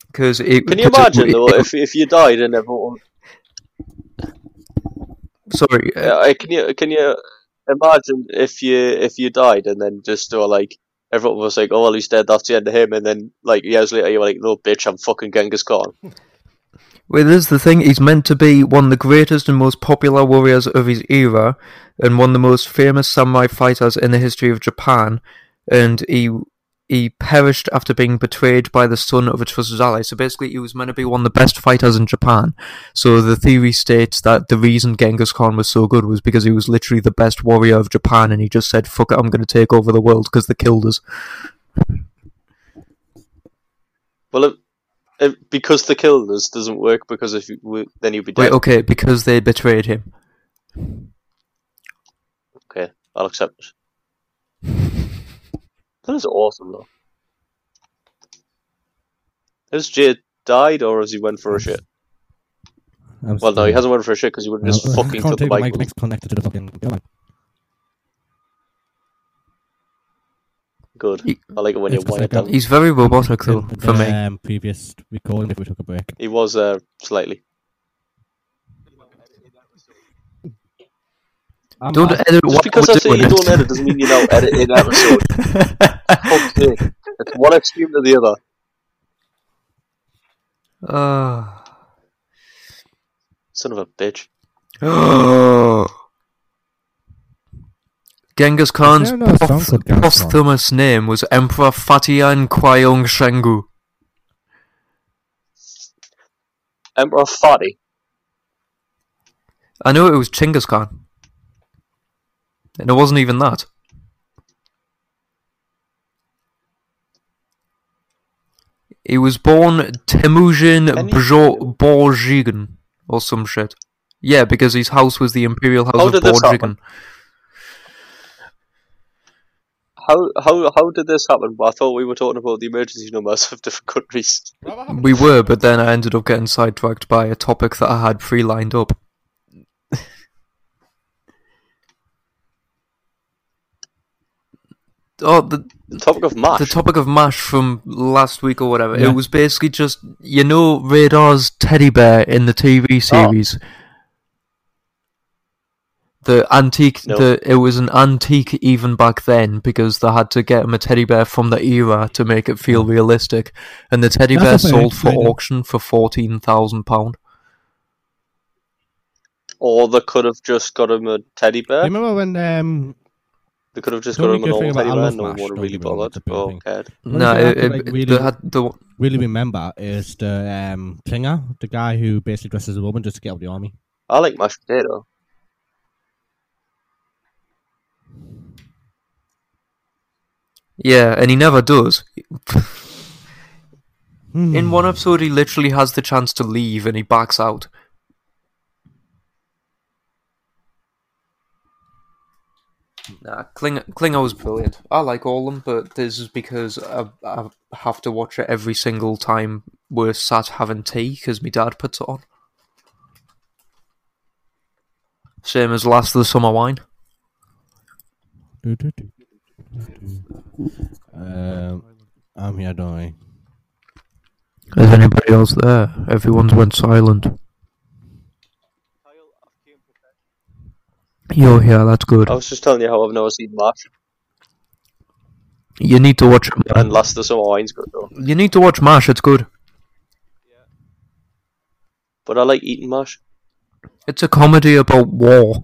because it.
Can you imagine though if if you died and everyone?
Sorry,
Yeah, I- uh, can you can you imagine if you if you died and then just or like everyone was like, oh well, he's dead. That's the end of him. And then like years later, you were like, no bitch, I'm fucking Genghis Khan.
Well, this is the thing. He's meant to be one of the greatest and most popular warriors of his era, and one of the most famous samurai fighters in the history of Japan. And he he perished after being betrayed by the son of a trusted ally. So basically, he was meant to be one of the best fighters in Japan. So the theory states that the reason Genghis Khan was so good was because he was literally the best warrior of Japan, and he just said, "Fuck it, I'm going to take over the world because they killed us."
Well, it, it, because the killed us doesn't work because if you, we, then you'd be dead.
Wait, oh. okay, because they betrayed him.
Okay, I'll accept it. That is awesome, though. Has Jade died or has he went for a shit?
I'm
Well, no,
sorry.
he hasn't went for a shit because he would have just
Uh,
fucking
can't
took the
take my
bike.
mic's connected to the fucking. computer.
Good. I like it when you're
It's 'cause I
wired
got-
down.
He's very robotic, though,
in
for me.
uh,
the, Um, previous recording, if we took a break.
He was uh, slightly.
Don't
I'm-
edit
uh, Just
what
because
we're
I say
doing.
you don't edit doesn't mean you don't edit an episode. Fuck's sake. It's one extreme to the other.
Ah.
Son of a bitch.
Genghis Khan's
there no song
poth-
called Genghis Khan?
posthumous name was Emperor Fatian Kwaiyong Shengu.
Emperor Fadi.
I know it was Chinggis Khan. And it wasn't even that. He was born Temujin Bjo- Borjigin or some shit. Yeah, because his house was the imperial house
How
of
did this happen?
Borjigin.
How, how, how did this happen? I thought we were talking about the emergency numbers of different countries.
We were, but then I ended up getting sidetracked by a topic that I had pre lined up. oh, the,
the topic of mash.
The topic of mash from last week or whatever.
Yeah.
It was basically just you know Radar's teddy bear in the TV series. The antique,
No.
the it was an antique even back then because they had to get him a teddy bear from the era to make it feel realistic, and the teddy
Hmm. That's
bear
a very
sold for
good-
auction for fourteen thousand pound.
Or they could have just got him a teddy bear.
Do you remember when um,
They could have just
Don't we
got him an
go
old
think
teddy
about
bear.
Aloe
No one
Flash,
would
don't
really
we, when
bothered.
it's a big
Oh,
thing?
God.
One
No,
thing I
it-
could,
it-
like,
they
really,
had the
really remember is the um, singer, the guy who basically dresses as a woman just to get out of the army.
I like mashed potato.
Yeah, and he never does. In one episode, he literally has the chance to leave and he backs out. Nah, Kling- Klinger was brilliant. I like all of them, but this is because I, I have to watch it every single time we're sat having tea because my dad puts it on. Same as Last of the Summer Wine.
Do-do-do. Um, I'm here, don't I?
Is anybody else there? Everyone's went silent. You're here, that's good.
I was just telling you how I've never seen mash.
You need to watch
And last of the summer wine's good though.
You need to watch MASH, it's good.
But I like eating mash.
It's a comedy about war.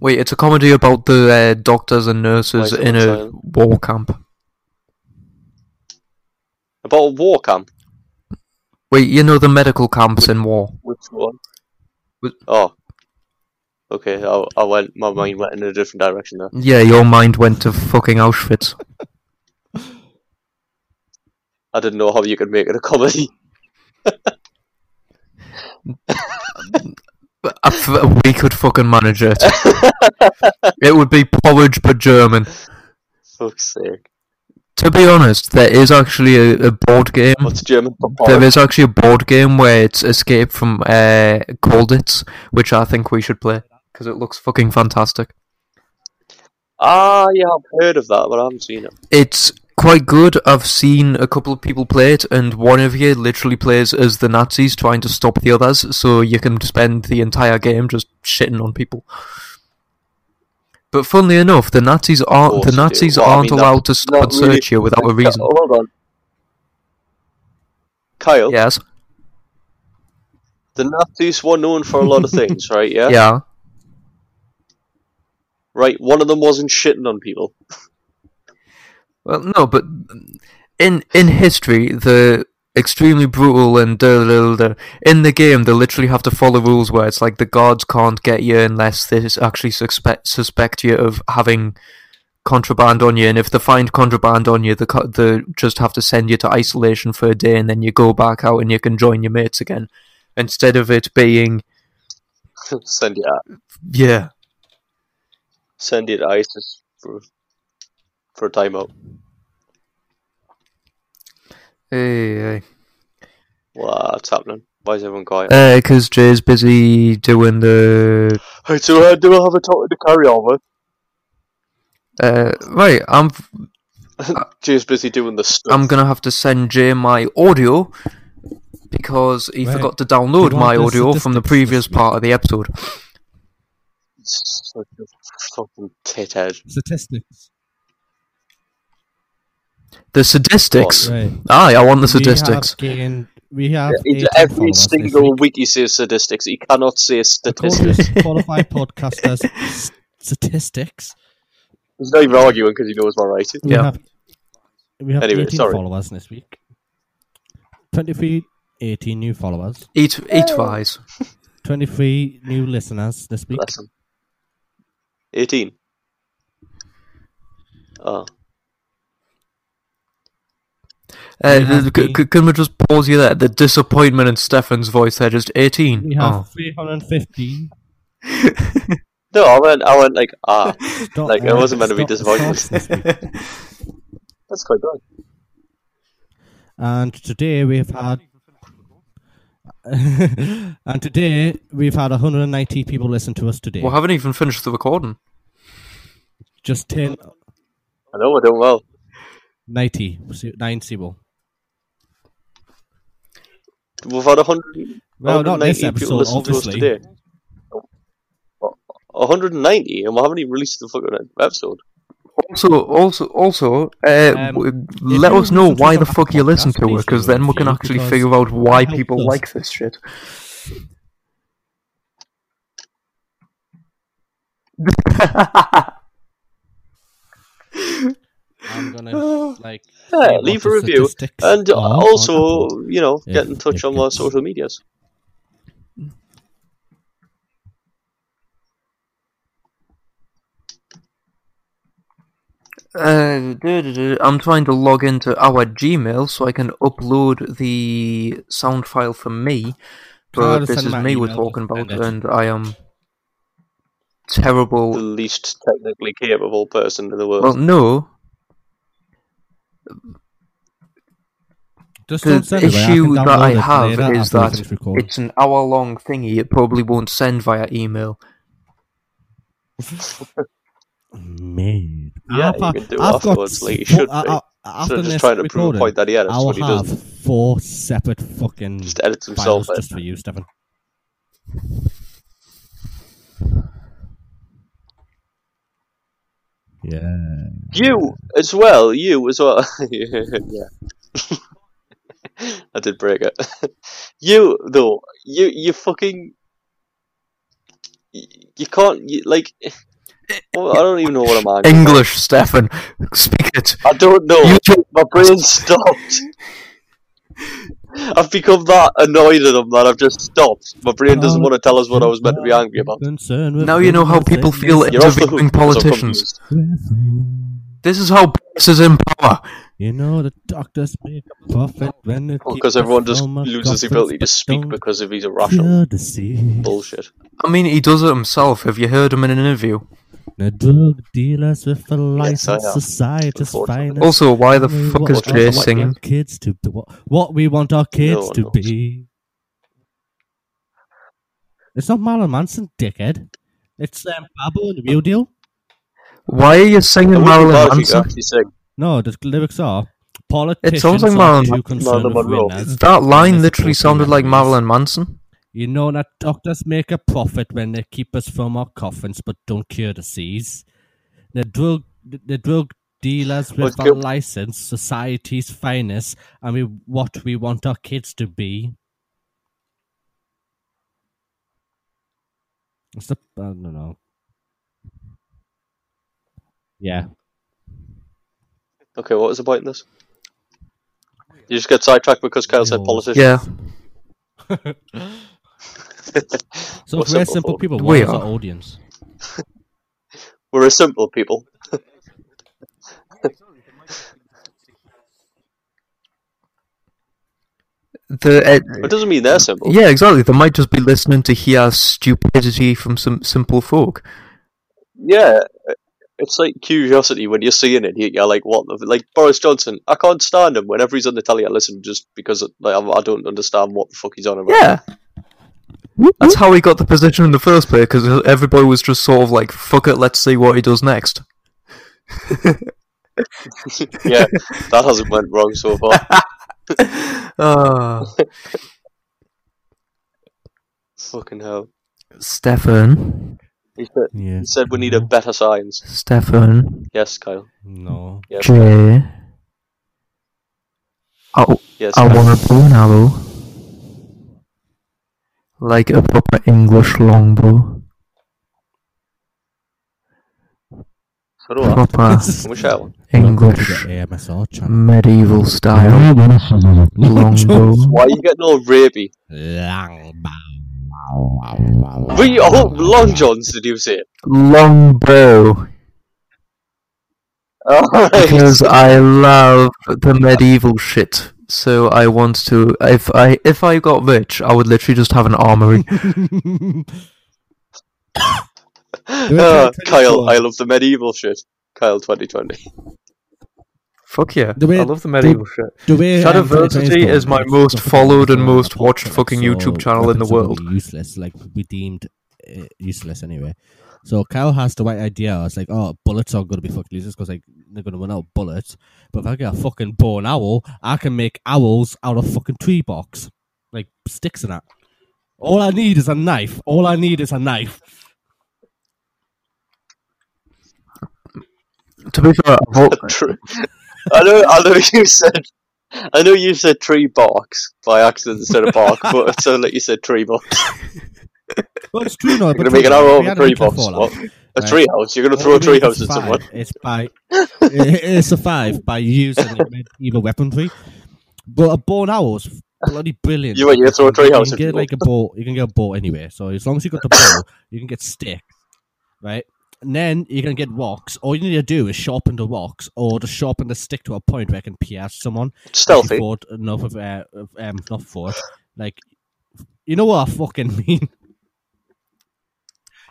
Wait, it's a comedy about the uh, doctors and nurses
Why is it
in a
on silent?
war camp.
About a war camp.
Wait, you know the medical camps in war.
Which one? Oh. Okay, I, I went. My mind went in a different direction there.
Yeah, your mind went to fucking Auschwitz.
I didn't know how you could make it a comedy.
But I f- we could fucking manage it. it would be porridge but German.
Fuck's sake.
To be honest, there is actually a, a board game.
What's German for
There
porridge?
is actually a board game where it's Escape from uh, Colditz, which I think we should play because it looks fucking fantastic.
Ah, yeah, I've heard of that, but I haven't seen it.
It's quite good. I've seen a couple of people play it, and one of you literally plays as the Nazis trying to stop the others, so you can spend the entire game just shitting on people. But funnily enough, the Nazis aren't
course
the
you do.
Nazis
Well, I
aren't
mean, that-
allowed to stop
not
and
really-
search you without a reason.
Oh, hold on. Kyle.
Yes.
The Nazis were known for a lot of things, right? Yeah.
Yeah.
Right. One of them wasn't shitting on people.
Well, no, but in in history, the extremely brutal and da da da. da- In the game, they literally have to follow rules where it's like the guards can't get you unless they s- actually suspect suspect you of having contraband on you, and if they find contraband on you, they ca- they just have to send you to isolation for a day, and then you go back out and you can join your mates again. Instead of it being
Send it out.
yeah,
Send it to ISIS for for a timeout.
hey,
What's happening? Why is everyone quiet?
because Uh, Jay's busy doing the
Hey, so uh, do I have a topic to carry on with?
uh, right. I'm
Jay's busy doing the stuff.
I'm gonna have to send Jay my audio because he
Right.
forgot to
Do
download
you want
my
the
audio from the previous part of the episode.
Such a fucking tithead.
Statistics.
The sadistics.
Right.
Aye, I want the
We have
sadistics.
gained- we have
He-
eighteen
every
followers this
single week he says statistics. He cannot say statistics.
According to qualified podcasters, s- statistics.
He's not even arguing because he knows my writing.
We have we have
Anyway,
18
sorry.
followers this week. 23, 18 new followers.
Eat eat fries.
23 new listeners this week.
18. Oh.
Uh,
We have
the- c- c- can we just pause you there? The disappointment in Stefan's voice there, just 18.
We have
Oh.
350.
No, I went, I went like, ah.
Stop,
like, it
Eric,
wasn't meant to be
stop,
disappointed.
stop this week.
That's quite good.
And today we've had. and today we've had 190 people listen to us today.
Well, haven't even finished the recording.
Just 10,
I know we're doing well.
90, se- 9 zero.
We've had 100,
Well, not this
190 people
episode,
listen
obviously.
to us today. 190, and we haven't even released the fucking episode.
Also, also, also, uh, w- let
you
us know
listen to
why
the
the fuck you listen to it, because then we can actually figure out why people like this shit.
I'm gonna like
Yeah, leave a review. And
are
also, you know,
If-
get in touch on our social medias.
Uh, duh-duh-duh. I'm trying to log into our Gmail so I can upload the sound file for me,
Try
but
to
this
send
is
my
me we're
email,
talking about,
send it.
and I am terrible.
The least technically capable person in the world.
Well, no,
Just
the
don't send it away, I
issue
can
that
download
I
it
have
later
is
after we
that
finish recording.
it's an hour-long thingy. It probably won't send via email.
Man,
Yeah,
I've,
you can do it
I've
afterwards,
got
like you
four-
should
I-
do.
I-
Instead
after
of just
this
trying to prove a
recording,
point that he edits,
I'll
but he
have
doesn't.
four separate fucking just
edits himself,
just for you, Stefan. Yeah.
You as well. You as well. yeah. I did break it. you though. You you fucking. You, you can't you, like. well, I don't even know what I'm arguing. about.
English, Stefan, speak it.
I don't know.
You
My brain stopped. I've become that annoyed at him that I've just stopped. My brain doesn't
Oh,
want to tell us what I was meant to be angry about.
Now you know how people feel
You're off the
interviewing
hook, so I'm
politicians.
confused.
This is how Brits is in power.
You know the doctors make a profit when it
Because Oh, everyone just loses the ability to speak because of he's a Russian. Bullshit.
I mean, he does it himself. Have you heard him in an interview?
The drug dealers with a
I
license,
am,
society's finest.
Also, why the
We
fuck
want
is
our
Jay
fucking
singing?
Kids to be, what, what we want our kids
No
to
one
be. It's not Marilyn Manson, dickhead. It's um, Babbo and the Real Deal.
Why are you
It
singing
would be
Marilyn
bad if you could
Manson?
actually sing.
No, the lyrics are. Politicians
It sounds like
are
Marilyn
too concerned with winners
That line
as
literally
opposed to
sounded like
winners.
Marilyn Manson.
You know that doctors make a profit when they keep us from our coffins but don't cure disease. The drug, the drug dealers with
Okay.
our license, society's finest, and we what we want our kids to be. It's the, I don't know. Yeah.
Okay, what was the point in this? You just get sidetracked because Kyle said politicians.
Yeah.
So
We're
we're
simple
simple
folk.
people.
We
What is
are.
our audience?
We're a simple people.
The, uh,
It doesn't mean they're simple.
yeah, exactly. They might just be listening to hear stupidity from some simple folk.
Yeah, it's like curiosity when you're seeing it. you- You're like, what? the- Like Boris Johnson, I can't stand him. Whenever he's on the telly, I listen just because like, I I don't understand what the fuck he's on about.
Yeah. That's how he got the position in the first place, because everybody was just sort of like, fuck it, let's see what he does next.
yeah, that hasn't went wrong so far.
Ah,
Fucking hell.
Stefan.
He said,
yeah.
he said we need a better science.
Stefan.
Yes, Kyle.
No.
Yes.
Jay. I,
Yes,
I
Kyle.
want a bow and arrow. Like a proper English longbow.
So do I.
Proper
I wish I had one.
English
AMSR channel.
medieval style longbow.
Why are you getting all rapey? We oh, long johns, did you say?
Longbow. Because I love the medieval shit. So I want to. If I if I got rich, I would literally just have an armory.
Ah, Kyle, I love the medieval shit. Kyle 2020.
Fuck yeah!
The way-
I love the medieval
the-
shit.
the way, um,
Shadowversity
Shadowversity
is my
is
most
fucking
followed and
awesome.
most watched fucking YouTube channel in the
weapons are
world.
really Useless, like we deemed uh, useless anyway. So Kyle has the right idea. It's like, oh, bullets are going to be fucking useless because like they're going to run out of bullets. But if I get a fucking bow and owl, I can make owls out of fucking tree box, like sticks and that. All I need is a knife. All I need is a knife.
To be fair, I've al-
True. I know, I know you said. I know you said tree box by accident instead of bark, but it sounded like you said tree box.
Well, it's true, no.
You're
but
gonna make
true,
an
no, we
arrow of a
had
tree
make
box.
fall out.
What? A
Right.
tree house? You're gonna
All
throw a
we
tree
need
house
is
at someone?
five. It's by it's a five by using medieval weaponry. But a bow and arrow is bloody brilliant.
You went, you throw a tree house
You can
at
get
people.
like a bow. You can get a bow anywhere. So as long as you got the bow, you can get sticks, right? And then you can get rocks. All you need to do is sharpen the rocks, or just sharpen the stick to a point where I can pierce someone. if you
Stealthy.
fought Enough of uh, of, um, not fought. Like, you know what I fucking mean.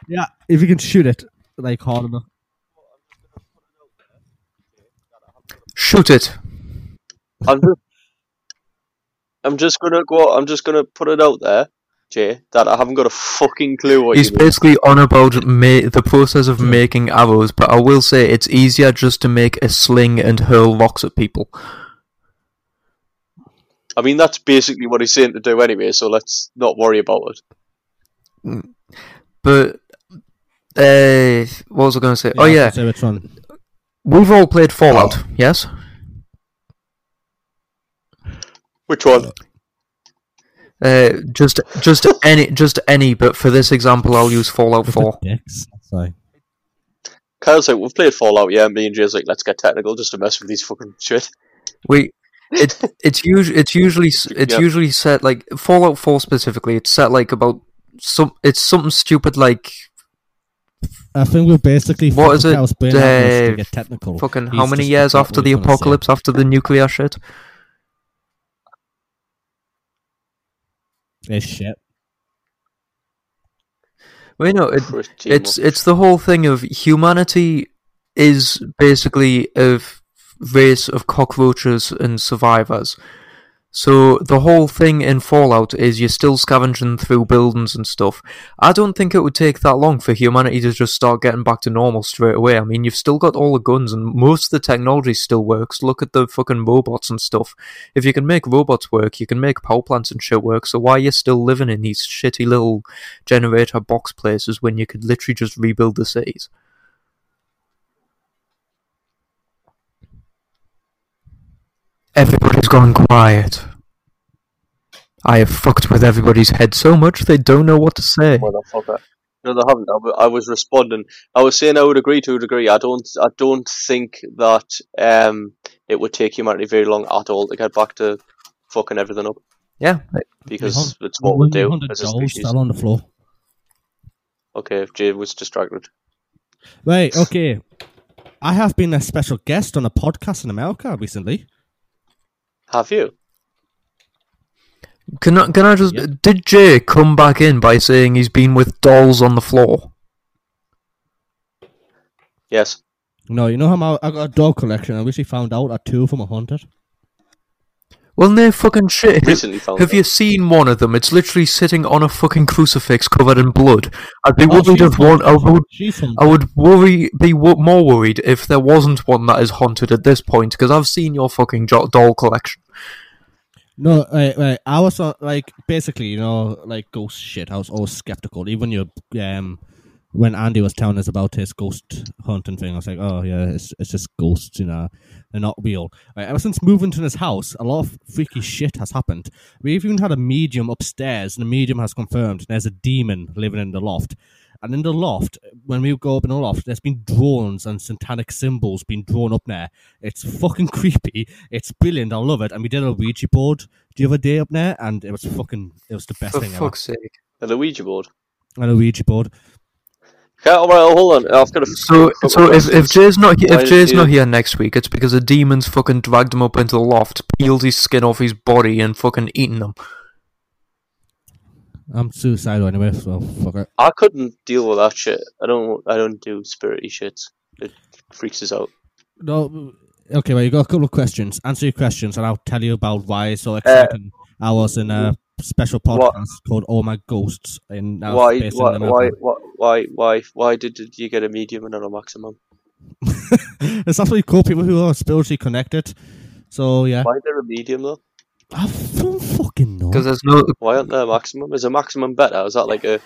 Yeah, if you can shoot it like hard enough.
shoot it.
I'm just, I'm just gonna go. I'm just gonna put it out there, Jay, that I haven't got a fucking clue what
He's
you mean.
basically on about ma- the process of making arrows, but I will say it's easier just to make a sling and hurl rocks at people.
I mean, that's basically what he's saying to do anyway. So let's not worry about it.
But uh, what was I going to say? oh yeah,
So which one?
we've all played Fallout,
Oh.
yes.
Which one?
Uh, just just any just any, but for this example, I'll use Fallout Four.
Dicks. Sorry.
Kyle's like, we've played Fallout, yeah. and Me and Jay's like, let's get technical just to mess with these fucking shit.
We it it's usually it's usually s- it's
Yep.
usually set like Fallout Four specifically. It's set like about some it's something stupid like
I think we're basically
what is
fucking
it?
Kyle's brain out there to
Uh,
get technical.
Fucking
Oh, He's
how many
just
years
forgot
after
what he
the
was gonna say.
apocalypse, after the nuclear shit?
This shit.
Well, you know, it,
Pretty
it's
much.
it's the whole thing of humanity is basically a f- race of cockroaches and survivors. So the whole thing in Fallout is you're still scavenging through buildings and stuff. I don't think it would take that long for humanity to just start getting back to normal straight away. I mean, you've still got all the guns and most of the technology still works. Look at the fucking robots and stuff. If you can make robots work, you can make power plants and shit work. So why are you still living in these shitty little generator box places when you could literally just rebuild the cities? Everybody's gone quiet. I have fucked with everybody's head so much they don't know what to say.
Motherfucker. No, they haven't. I w- I was responding. I was saying I would agree to a degree. I don't. I don't think that um, it would take humanity very long at all to get back to fucking everything up.
Yeah,
because it's what we do as a
Dolls
species.
fell on the floor.
Okay, if Jade was distracted.
Right, okay. I have been a special guest on a podcast in America recently.
Have you?
Can I, can I just. Did Jay come back in by saying he's been with dolls on the floor?
Yes.
No, you know how my, I got a dog collection. I recently found out that two of them are haunted.
Well, no fucking shit.
Recently found
Have you seen one of them? It's literally sitting on a fucking crucifix covered in blood. I'd
Oh,
be worried of one. I would, I would worry, be wo- more worried if there wasn't one that is haunted at this point, because I've seen your fucking jo- doll collection.
No, right, right. I was uh, like, basically, you know, like ghost shit. I was always skeptical. Even your um, when Andy was telling us about his ghost hunting thing, I was like, oh yeah, it's it's just ghosts, you know, they're not real. Right, ever since moving to this house, a lot of freaky shit has happened. We even had a medium upstairs, and the medium has confirmed there's a demon living in the loft. And in the loft, when we go up in the loft, there's been drawings and satanic symbols being drawn up there. It's fucking creepy. It's brilliant. I love it. And we did a Ouija board the other day up there, and it was fucking. It was the best
For
thing
fuck's
ever. sake!
A Luigi board.
And a Ouija board.
Okay, all right, hold on. I've got a.
So, so if, if Jay's not he-
Why
if Jay's
did
not
you-
here next week, it's because the demons fucking dragged him up into the loft, peeled his skin off his body, and fucking eaten him.
I'm suicidal anyway, so fuck it.
I couldn't deal with that shit. I don't. I don't do spirity shit. It freaks us out.
No, okay. Well, you got a couple of questions. Answer your questions, and I'll tell you about why it's
Uh,
so exciting. I was in a special podcast called "All My Ghosts" in that was
Why
based in
why,
America.
why? why? Why? Why? Why? did did you get a medium and not a maximum?
It's absolutely cool. People who are spiritually connected. So yeah,
Why uh, is there a medium though?
I don't fucking know.
Because there's no.
Why aren't there a maximum? Is a maximum better? Is that like a?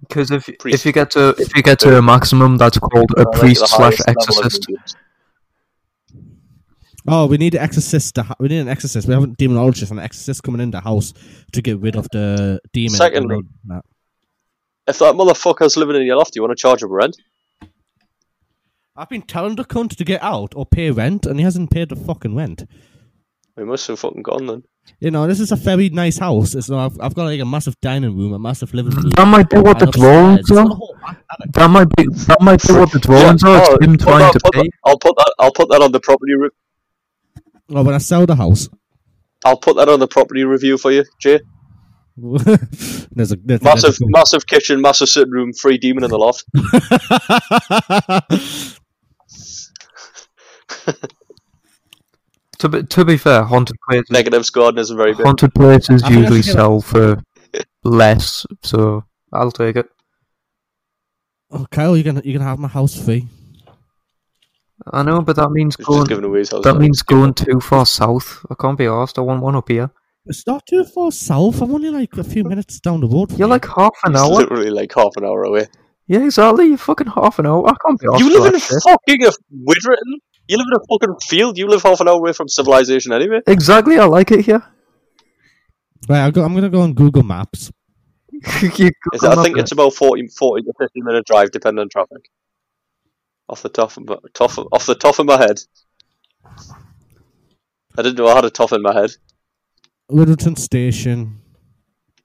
Because if if you get to if you get to a maximum, that's called a
Like the
priest slash
highest level of
exorcist.
medium?
Oh, we need an exorcist. To ha- we need an exorcist. We have a demonologist and an exorcist coming in the house to get rid of the demon.
Secondly-
No.
If that motherfucker's living in your loft, you want to charge him rent?
I've been telling the cunt to get out or pay rent, and he hasn't paid the fucking rent.
We must have fucking gone then.
You know, this is a very nice house. It's not, I've, I've got like a massive dining room, a massive living room.
That might be what the
and upstairs.
drawings are.
Oh,
That might be that might be what the drawings are.
Oh,
It's him
put
trying
that-
to
put
pay.
that- I'll put that. I'll put that on the property. Re-
Well, Oh, when I sell the house,
I'll put that on the property review for you, Jay.
there's a there's,
Massive, massive kitchen, massive sitting room, free demon in the loft.
To be, to be fair, haunted places
Negatives garden isn't very big.
haunted places
I think I
usually
should get a-
sell for less, so I'll take it.
Oh, Kyle, you're gonna you're gonna have my house free.
I know, but that means going.
giving away his house
That
now.
means going too far south. I can't be asked. I want one up here.
It's not too far south. I'm only like a few minutes down the road.
You're like half an
It's
hour.
literally like half an hour away.
Yeah, exactly. You're fucking half an hour. I can't be asked.
You live in fucking a Widderton. You live in a fucking field. You live half an hour away from civilization anyway.
Exactly. I like it here.
Right, I'll go, I'm gonna go on Google Maps.
Is it- I think it's about 40, 40 to 50 minute drive, depending on traffic. Off the top of my, top of, off the top of my head. I didn't know I had a top in my head.
Littleton Station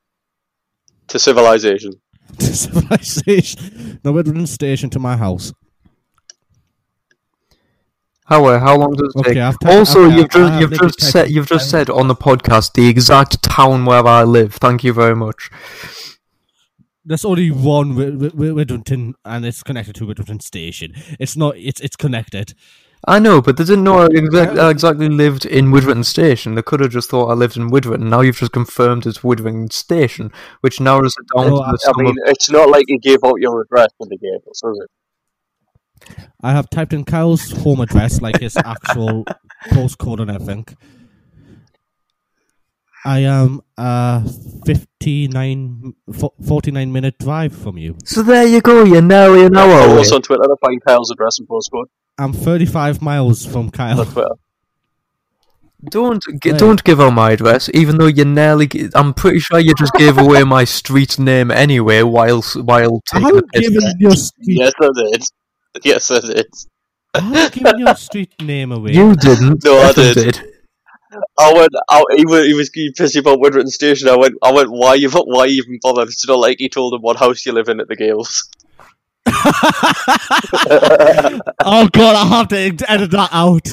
To civilization.
to civilization. No, Littleton Station to my house.
How uh, how long does it
Okay,
take?
I've typed-
also,
okay,
you've
I- I
just
have
you've
literally
just
typed
said you've just said on the podcast the exact town where I live. Thank you very much.
There's only one Wi- Wi- Wi- Widdrington, and it's connected to Widdrington Station. It's not. It's it's connected.
I know, but they didn't know I, exac- I exactly lived in Widrington Station. They could have just thought I lived in Widrington. Now you've just confirmed it's Widrington Station, which narrows it down
No,
to
I,
the
I
sum
mean,
of-
it's not like you gave out your address when they gave us, is it?
I have typed in Kyle's home address, like his actual postcode and everything. I am a 59, fo- 49 minute drive from you.
So there you go, you're nearly an hour
Follow
away.
us on Twitter to find Kyle's address and postcode.
I'm 35 miles from Kyle.
Hmm. Don't G- Don't give out my address, even though you nearly. G- I'm pretty sure you just gave away my street name anyway. While s- while taking the piss.
Yes, I did. Yes, I did.
I'm giving your street name away.
You didn't.
No, I
Ethan
did. I went. I, he was he was getting pissy about Widrington Station. I went. I went. Why you? Why you even bother? It's not like he told him what house you live in at the Gales.
oh god, I'll have to ed- edit that out.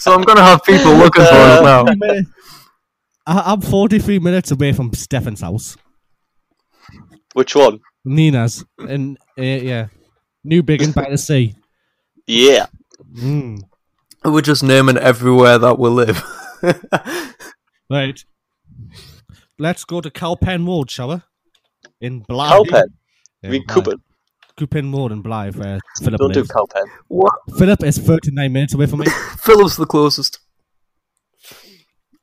So I'm gonna have people looking for us now.
I- I'm 43 minutes away from Stefan's house.
Which one?
Nina's. And uh, yeah. New Biggin by the sea. Mm.
Yeah.
We're just naming everywhere that we live.
Right. Let's go to Cowpen Road, shall we? In Blythe.
Oh,
Cowpen?
Yeah,
You mean
Blythe.
Coopen?
Coopen Road in Blythe, where Philip
Don't do
lives.
Cowpen.
What?
Philip is 39 minutes away from me.
Philip's the closest.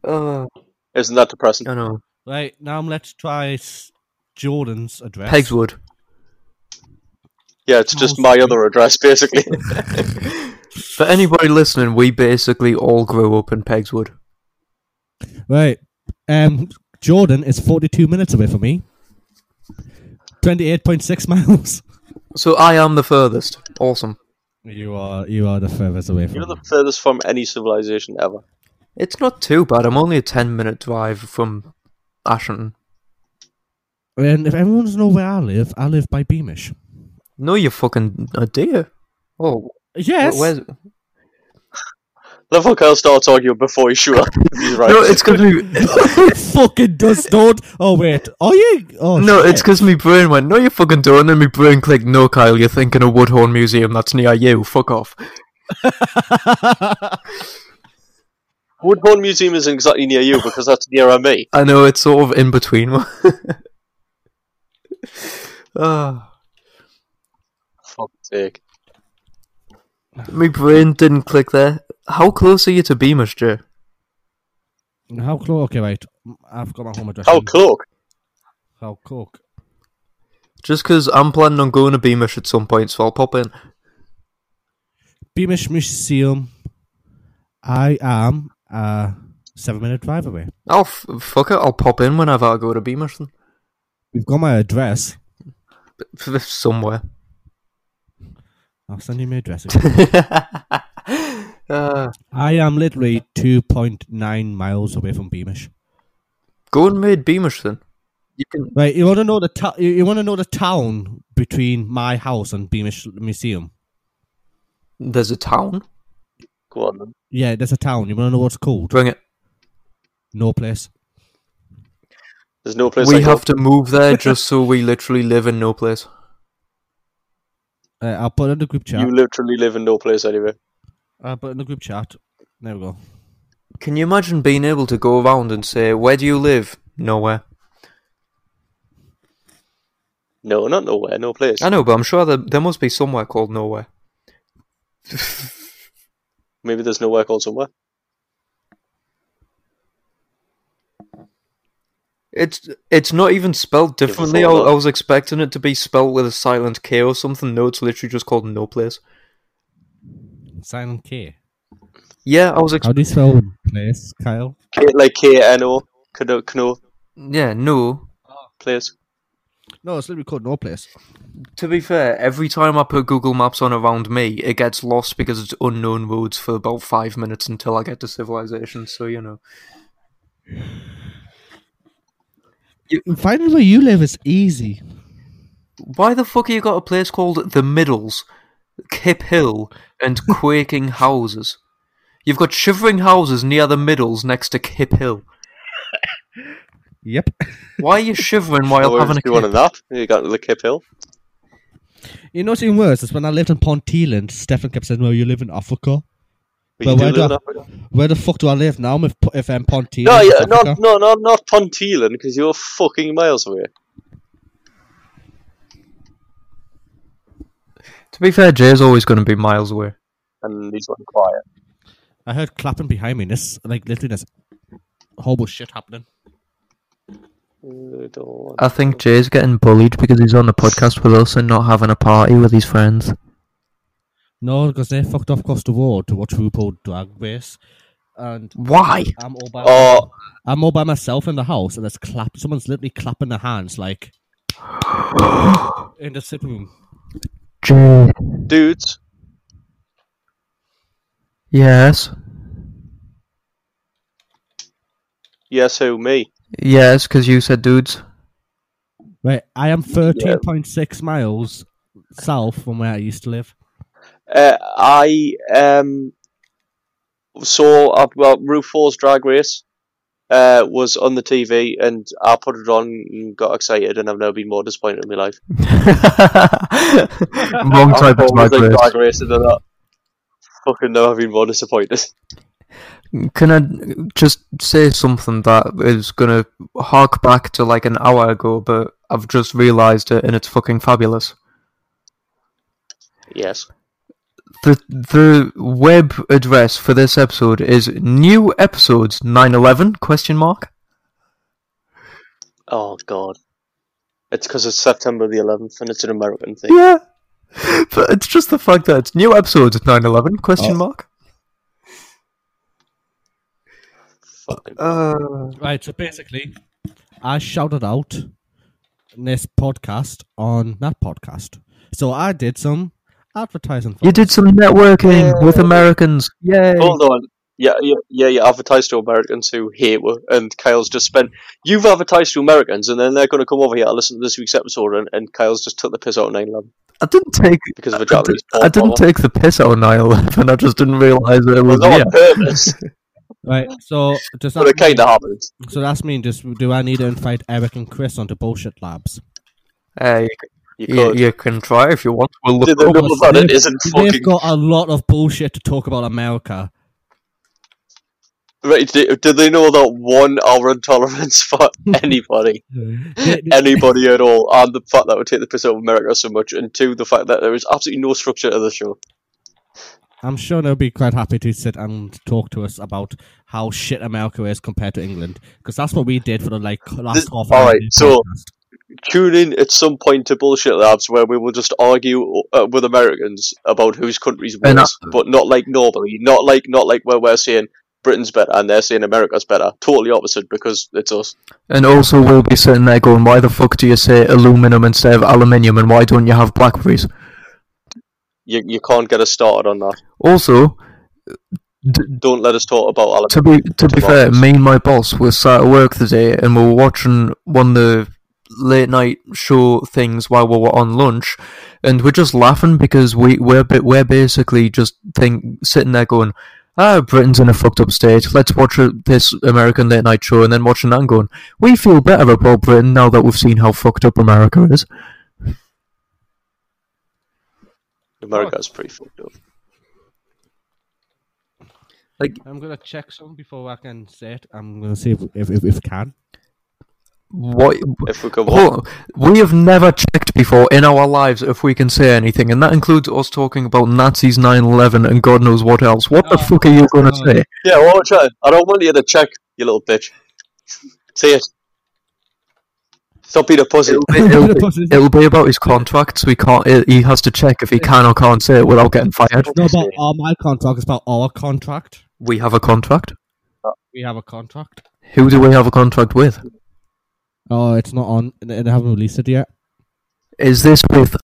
Uh,
Isn't that depressing?
I know.
Right, now let's try S- Jordan's address.
Pegswood.
Yeah,
Oh,
it's just my other address basically.
For anybody listening, we basically all grew up in Pegswood.
Right. Um, Jordan is 42 minutes away from me. 28.6 miles.
So I am the furthest. Awesome.
You are you are the furthest away from
You're the furthest from any civilization ever.
It's not too bad. I'm only a 10 minute drive from Ashington.
And if everyone knows where I live, I live by Beamish.
No, you fucking idea. Oh.
Yes.
wh- Where's...
Love how Kyle starts arguing before he's sure. he's right.
No, it's because me.
it fucking does don't. Oh wait. Oh yeah. Oh
no,
shit.
it's because my brain went, no, you fucking don't. And then my brain clicked, no, Kyle, you're thinking of Woodhorn Museum. That's near you. Fuck off.
Woodhorn Museum isn't exactly near you because that's nearer me.
I know, it's sort of in between. Ah,
Fuck's sake.
my brain didn't click there. How close are you to Beamish, Joe?
How close? Okay, wait. I've got my home address.
Hmm.
How Oh, cloak?
How cook?
Just 'cause I'm planning on going to Beamish at some point, so I'll pop in.
Beamish Museum. I am uh seven minute drive away.
I'll f- fuck it. I'll pop in whenever I go to Beamish then.
We've got my address.
F- f- somewhere.
I'll send you my address. Again.
Ah,
I am literally two point nine miles away from Beamish.
Go and made Beamish then. You can.
Right, you want to know the ta- you, you want to know the town between my house and Beamish Museum.
There's a town.
Go on then.
Yeah, there's a town. You want to know what's called?
Bring it.
No place.
There's no place.
we
like
have to move there just so we literally live in no place.
Uh, I'll put it in the group chat.
You literally live in no place anyway.
I'll put it in the group chat. There we go.
Can you imagine being able to go around and say, "Where do you live?" Nowhere.
No, not nowhere. No place.
I know, but I'm sure that there must be somewhere called nowhere.
Maybe there's nowhere called somewhere.
It's it's not even spelled differently. I,
thought
I
about-
was expecting it to be spelled with a silent K or something. No, it's literally just called no place.
Silent K.
Yeah, I was. Ex-
How do you spell place, Kyle?
K, like K N O, Kno Kno
yeah, no.
place.
No, it's literally called No Place.
To be fair, every time I put Google Maps on around me, it gets lost because it's unknown roads for about five minutes until I get to civilization. So you know,
Finding where you live is easy.
why the fuck have you got a place called the Middles, Kip Hill, and Quaking Houses? You've got shivering houses near the Middles next to Kip Hill.
Yep.
Why are you shivering while
Where
having
do
a
you want
kip?
that? You got the Kip Hill.
You know what's even worse is when I lived in Ponteland, Stefan kept saying, "Well, you live in Africa."
But you do
where,
live in
I-
Africa.
where the fuck do I live now? If if I'm Ponteland,
No,
is
yeah,
Africa?
not, no, no, not Ponteland, because you're fucking miles away.
To be fair, Jay's always going to be miles away.
And he's gone quiet.
I heard clapping behind me. This like literally this horrible shit happening.
I think Jay's getting bullied because he's on the podcast with us and not having a party with his friends.
No, because they fucked off across the world to watch RuPaul Drag Race. And
why?
I'm all by
Oh.
I'm all by myself in the house, and there's clap. Someone's literally clapping their hands like in the sitting room.
Jay.
Dudes,
Yes.
yes, who, me?
Yes, because you said dudes.
Right, I am thirteen point six miles south from where I used to live.
Uh, I um, saw uh, well, RuPaul's Drag Race uh, was on the TV, and I put it on and got excited, and I've never been more disappointed in my life.
Wrong type of
Always
Drag
like
Race.
Drag Race and then that. Fucking no, I've been more disappointed.
Can I just say something that is going to hark back to like an hour ago, but I've just realised it and it's fucking fabulous.
Yes.
The the web address for this episode is new episodes 911 question mark.
Oh god. It's because it's September the 11th and it's an American thing.
Yeah. But it's just the fact that it's new episodes 911 question mark. Uh,
Right, so basically, I shouted out in this podcast on that podcast. So I did some advertising. For
you did some networking with Americans. Yay.
Hold on. Yeah, yeah, yeah, you advertise to Americans who hate you, and Kyle's just spent. You've advertised to Americans, and then they're going to come over here and listen to this week's episode, and, and Kyle's just took the piss out of 9 11
I didn't take
because of a
I,
Japanese
did, not take the piss out of 911. I just didn't realise that it was
Not
here.
on purpose.
Right, so does that
But it
mean-
kinda happened.
So that's mean just do I need to invite Eric and Chris onto bullshit labs?
Uh,
you,
c- you, you can try if you want. We'll look
Did they
up-
know about it isn't
They've
fucking-
got a lot of bullshit to talk about America.
Right, did, did they know that one hour intolerance for anybody? anybody at all? And the fact that we take the piss out of America so much, and two, the fact that there is absolutely no structure to the show.
I'm sure they'll be quite happy to sit and talk to us about how shit America is compared to England because that's what we did for the like last half hour.
All right, so tune in at some point to bullshit labs where we will just argue uh, with Americans about whose country's
And I-
worse, but not like normally, not like not like where we're saying Britain's better and they're saying America's better. Totally opposite because it's us.
And also, we'll be sitting there going, why the fuck do you say aluminum instead of aluminium and why don't you have blackberries?
You you can't get us started on that.
Also,
Don't let us talk about Alabama.
to be to be fair, me and my boss were sat at work today and we were watching one of the late night show things while we were on lunch, and we're just laughing because we we're bi- we're basically just think sitting there going, ah, Britain's in a fucked up state. Let's watch a, this American late night show and then watching that and going, we feel better about Britain now that we've seen how fucked up America is.
America's pretty fucked up.
Like
I'm gonna check some before I can say it. I'm gonna see if if if, if can.
What
if we can
Hold on. we have never checked before in our lives if we can say anything, and that includes us talking about Nazis, 9/11, and God knows what else. What the fuck are you going to say?
Yeah, well, I'll try. I don't want you to check, you little bitch. Say it. Stop being a pussy.
It'll be, it'll be- it'll be about his contract, so he can't. he- He has to check if he can or can't say it without getting fired.
It's not about our my contract. It's about our contract.
We have a contract.
We have a contract.
Who do we have a contract with?
Oh, it's not on. They they haven't released it yet.
Is this with?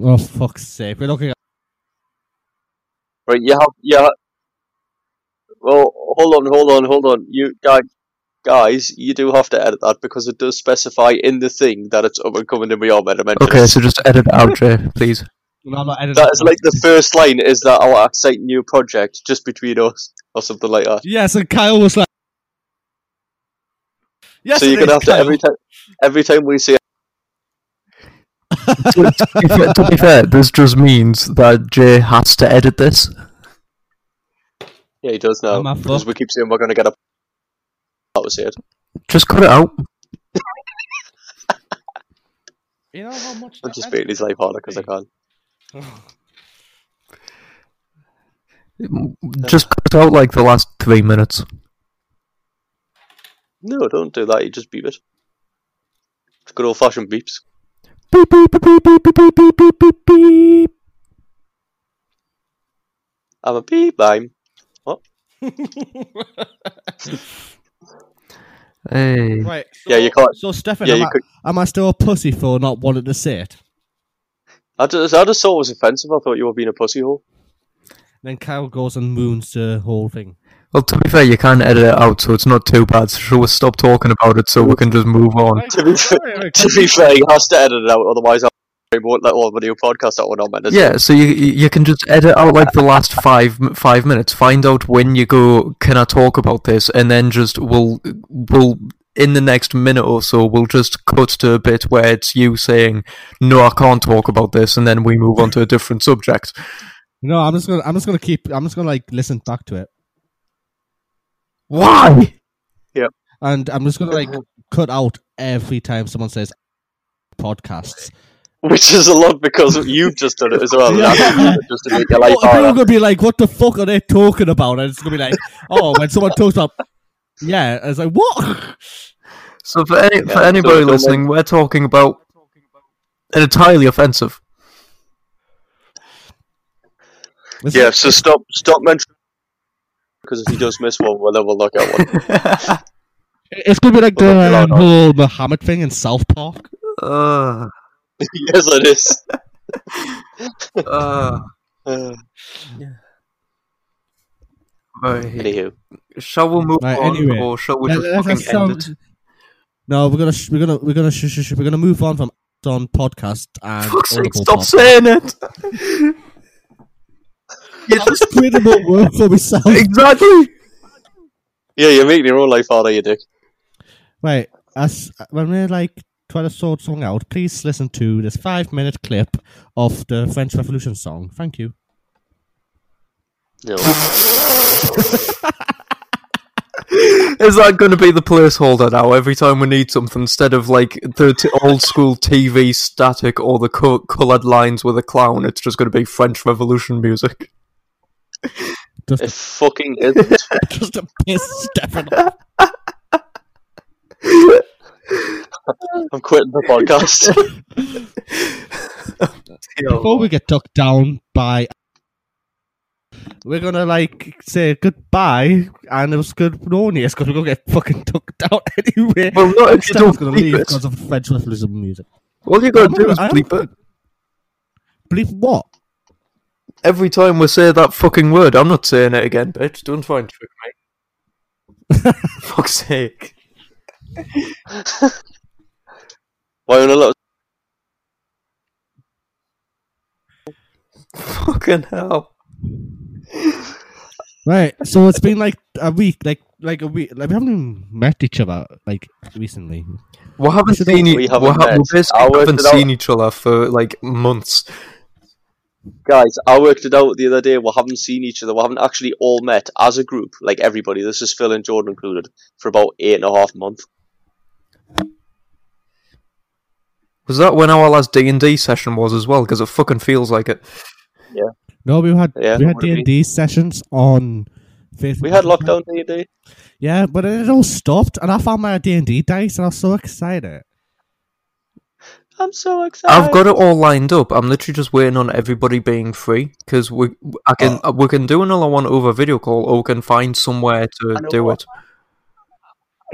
Oh fuck's sake! We're looking at
Right, you have yeah. Well, hold on, hold on, hold on. You guys, guys, you do have to edit that because it does specify in the thing that it's up and coming in beyond Metamentors.
Okay, so just edit it out, Jay, please.
No, I'm not editing.
that is like the first line is that our exciting new project just between us or something like that.
Yes, and Kyle was like, "Yes."
so you're
it
gonna
is,
have to
Kyle.
every time, every time we say
to, to be fair, to be fair, this just means that Jay has to edit this.
Yeah, he does now. Because we keep saying we're going to get a. That was it.
Just cut it out.
You know how much
I'm just making his life harder because I can.
Just cut it out like the last three minutes.
No, don't do that. You just beep it. It's good old fashioned beeps.
Beep, beep, beep, beep, beep, beep, beep, beep, beep, beep, beep.
I'm a beep. I'm. What?
Hey.
Right.
yeah, you can't.
So, Stefan,
yeah,
am,
you
I,
could.
am I still a pussy for not wanting to say it?
I just, I just thought it was offensive. I thought you were being a pussy hole.
Then Kyle goes and moons the whole thing.
Well, to be fair, you can edit it out, so it's not too bad. So shall we stop talking about it so we can just move on?
to, be, to be fair, he has to edit it out, otherwise I won't let all the new podcasts out when I'm editing.
Yeah, so you you can just edit out like the last five five minutes. Find out when you go. Can I talk about this? And then just we'll we'll in the next minute or so we'll just cut to a bit where it's you saying no, I can't talk about this, and then we move on to a different subject.
No, I'm just gonna I'm just gonna keep I'm just gonna like listen back to it.
Why?
Yep.
And I'm just gonna like cut out every time someone says podcasts.
Which is a lot because you've just done it as well. and I've done it just to make your life
Oh, People are
harder.
gonna be like, "What the fuck are they talking about?" And it's gonna be like, "Oh, when someone talks about, yeah," it's like, "What?"
So for any
Yeah,
for
so
anybody
don't
listening, we're talking about an entirely offensive.
Yeah, so stop stop mentioning because if he does miss one, we'll never look at one.
It's gonna be like
Well,
the
no,
um,
no.
whole Muhammad thing in South Park.
Uh,
yes, it is.
uh,
Uh,
right.
Anywho.
Shall we move
Right,
on,
anyway.
or shall we
Let-
just
let's
fucking
have
end
some-
it?
No, we're gonna sh- we're gonna we're gonna sh- sh- sh- we're gonna move on from on podcast and
Fuck's sake,
Audible
stop
podcast.
saying it!
I'm just creating more work for myself.
Exactly.
yeah, you're making your own life harder, you dick.
Right, as when we're like trying to sort something out, please listen to this five-minute clip of the French Revolution song. Thank you.
No.
Is that going to be the placeholder now? Every time we need something, instead of like the t- old school TV static or the co- coloured lines with a clown, it's just going to be French Revolution music.
It fucking is.
Just a piss Stefan.
I'm quitting the podcast.
Before we get tucked down by, we're gonna like say goodbye, and it was good knowing you. It's gonna go get fucking tucked down anyway.
Well, not if you
Stefan's
don't
gonna
bleep
leave
it.
because of French Revolution music.
All you got
I'm
to do
not-
is
I'm-
bleep it.
Bleep what?
Every time we say that fucking word, I'm not saying it again, bitch. Don't try and trick me. Fuck's sake.
Why on a lot
Fucking hell.
Right. So it's been like a week, like like a week. Like we haven't even met each other like recently.
We haven't
Should I-
seen, e-
We
we
haven't
ha-
met.
we basically
I worked
haven't
it out.
seen each other for like months.
Guys, I worked it out the other day. We haven't seen each other. We haven't actually all met as a group, like everybody. This is Phil and Jordan included, for about eight and a half months.
Was that when our last D and D session was as well? Because it fucking feels like it.
Yeah.
No, we had
Yeah,
we had
would
D
it
and D sessions on Facebook.
We had lockdown the other day.
Yeah, but it all stopped, and I found my D and D dice, and I was so excited.
I'm so excited.
I've got it all lined up. I'm literally just waiting on everybody being free because we I can
Oh.
we can do another one over video call, or we can find somewhere
I
to
know
do
what-
it.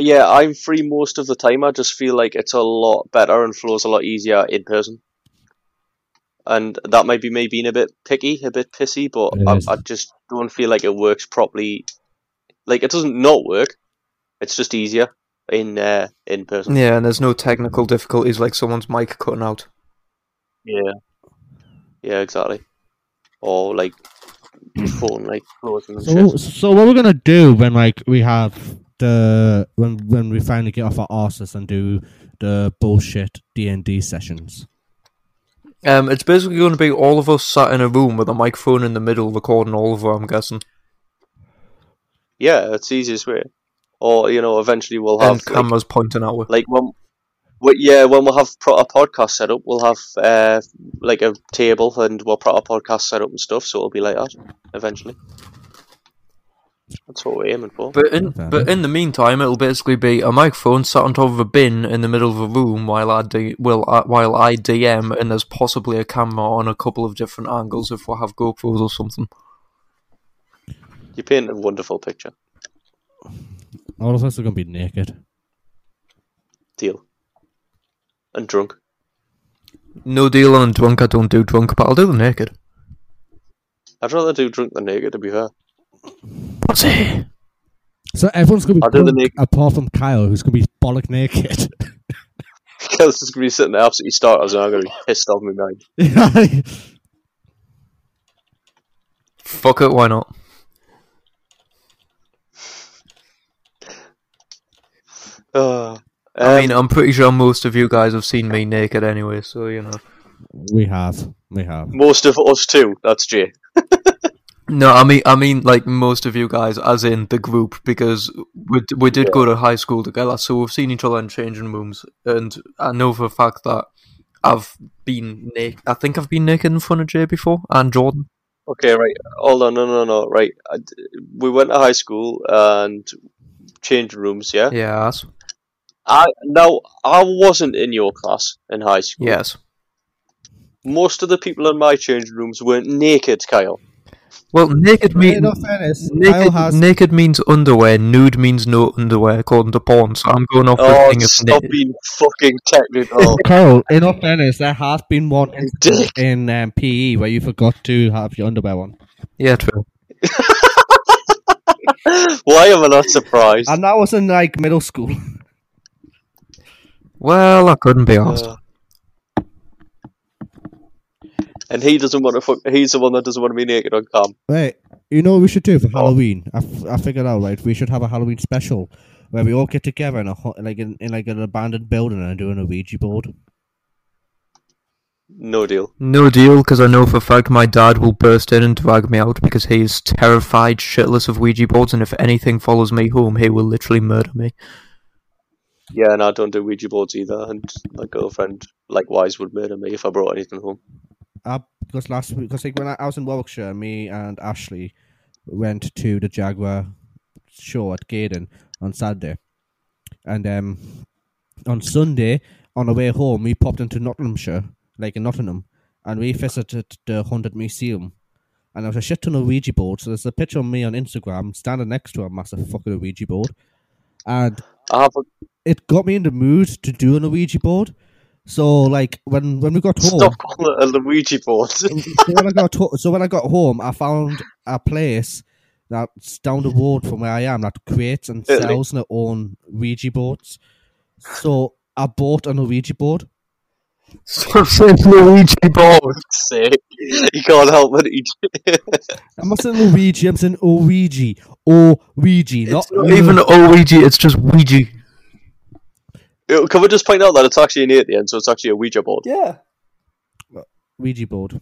Yeah, I'm free most of the time. I just feel like it's a lot better and flows a lot easier in person. And that might be me being a bit picky, a bit pissy, but I, I just don't feel like it works properly. Like it doesn't not work. It's just easier in uh, in person.
Yeah, and there's no technical difficulties like someone's mic cutting out.
Yeah. Yeah, exactly. Or like phone like closing and
So,
shit.
so what we're gonna do when like we have the when when we finally get off our arses and do the bullshit D and D sessions?
Um, it's basically going to be all of us sat in a room with a microphone in the middle, recording all of them. I'm guessing.
Yeah, it's the easiest way. Or you know, eventually we'll have
and cameras pointing outward.
like when, we, yeah, when we'll have pro- a podcast set up, we'll have uh, like a table and we'll put our podcast set up and stuff. So it'll be like that eventually. That's what we're aiming for.
But in but in the meantime, it'll basically be a microphone sat on top of a bin in the middle of a room while I d will I, while I DM, and there's possibly a camera on a couple of different angles if we have GoPros or something.
you paint a wonderful picture.
All of us are going to be naked.
Deal. And drunk.
No deal on drunk. I don't do drunk, but I'll do the naked.
I'd rather do drunk than naked. To be fair.
Pussy.
So everyone's going to
I'll
be
do the
drunk,
naked.
apart from Kyle, who's going to be bollock naked.
Because it's gonna be sitting there absolutely starters and I'm gonna be pissed off my mind.
Fuck it, why not?
Uh,
I mean, I'm pretty sure most of you guys have seen me naked anyway, so you know.
we have. We have.
most of us too. That's Jay.
No, I mean, I mean, like most of you guys, as in the group, because we d- we did go to high school together, so we've seen each other in changing rooms, and I know for a fact that I've been naked. I think I've been naked in front of Jay before and Jordan.
Okay, right. Hold on, no, no, no. Right, I d we went to high school and changed rooms. Yeah.
Yes.
I now I wasn't in your class in high school.
Yes.
Most of the people in my changing rooms weren't naked, Kyle.
Well, naked means
In all
naked, naked means underwear. Nude means no underwear, according to porn. So I'm going off the
Oh,
thing of
stop
naked.
being fucking technical.
Carl, in all fairness, there has been one incident in um, PE where you forgot to have your underwear on.
Yeah, true.
Why am I not surprised?
And that was in like middle school.
Well, I couldn't be asked.
Uh, and he doesn't want to fuck. He's the one that doesn't want to be naked on cam.
Right. You know what we should do for Halloween? I, f- I figured out, right? We should have a Halloween special where we all get together in a ho- like in, in like an abandoned building and do an Ouija board.
No deal.
No deal, because I know for a fact my dad will burst in and drag me out because he is terrified shitless of Ouija boards, and if anything follows me home, he will literally murder me.
Yeah, and I don't do Ouija boards either. And my girlfriend likewise would murder me if I brought anything home.
Uh, because last week, because like when I, I was in Warwickshire, me and Ashley went to the Jaguar show at Gaydon on Saturday, and um, on Sunday on our way home we popped into Nottinghamshire, like in Nottingham, and we visited the haunted museum. And there was a shit ton of Ouija boards. So there's a picture of me on Instagram standing next to a massive fucking Ouija board, and it got me in the mood to do an Ouija board. So like when when we got home,
Stop calling it a Ouija board.
so when I got ho- so when I got home, I found a place that's down the road from where I am that creates and
Italy.
sells their own Ouija boards. So I bought an Ouija board.
Stop saying Ouija board.
Sick. You can't help but eat.
I'm not saying Ouija. I'm saying Ouija. Ouija. Not,
Not even Ouija, it's just Ouija.
Yo, Can we just point out that it's actually an eight at the end, so it's actually a Ouija board?
Yeah. Ouija board.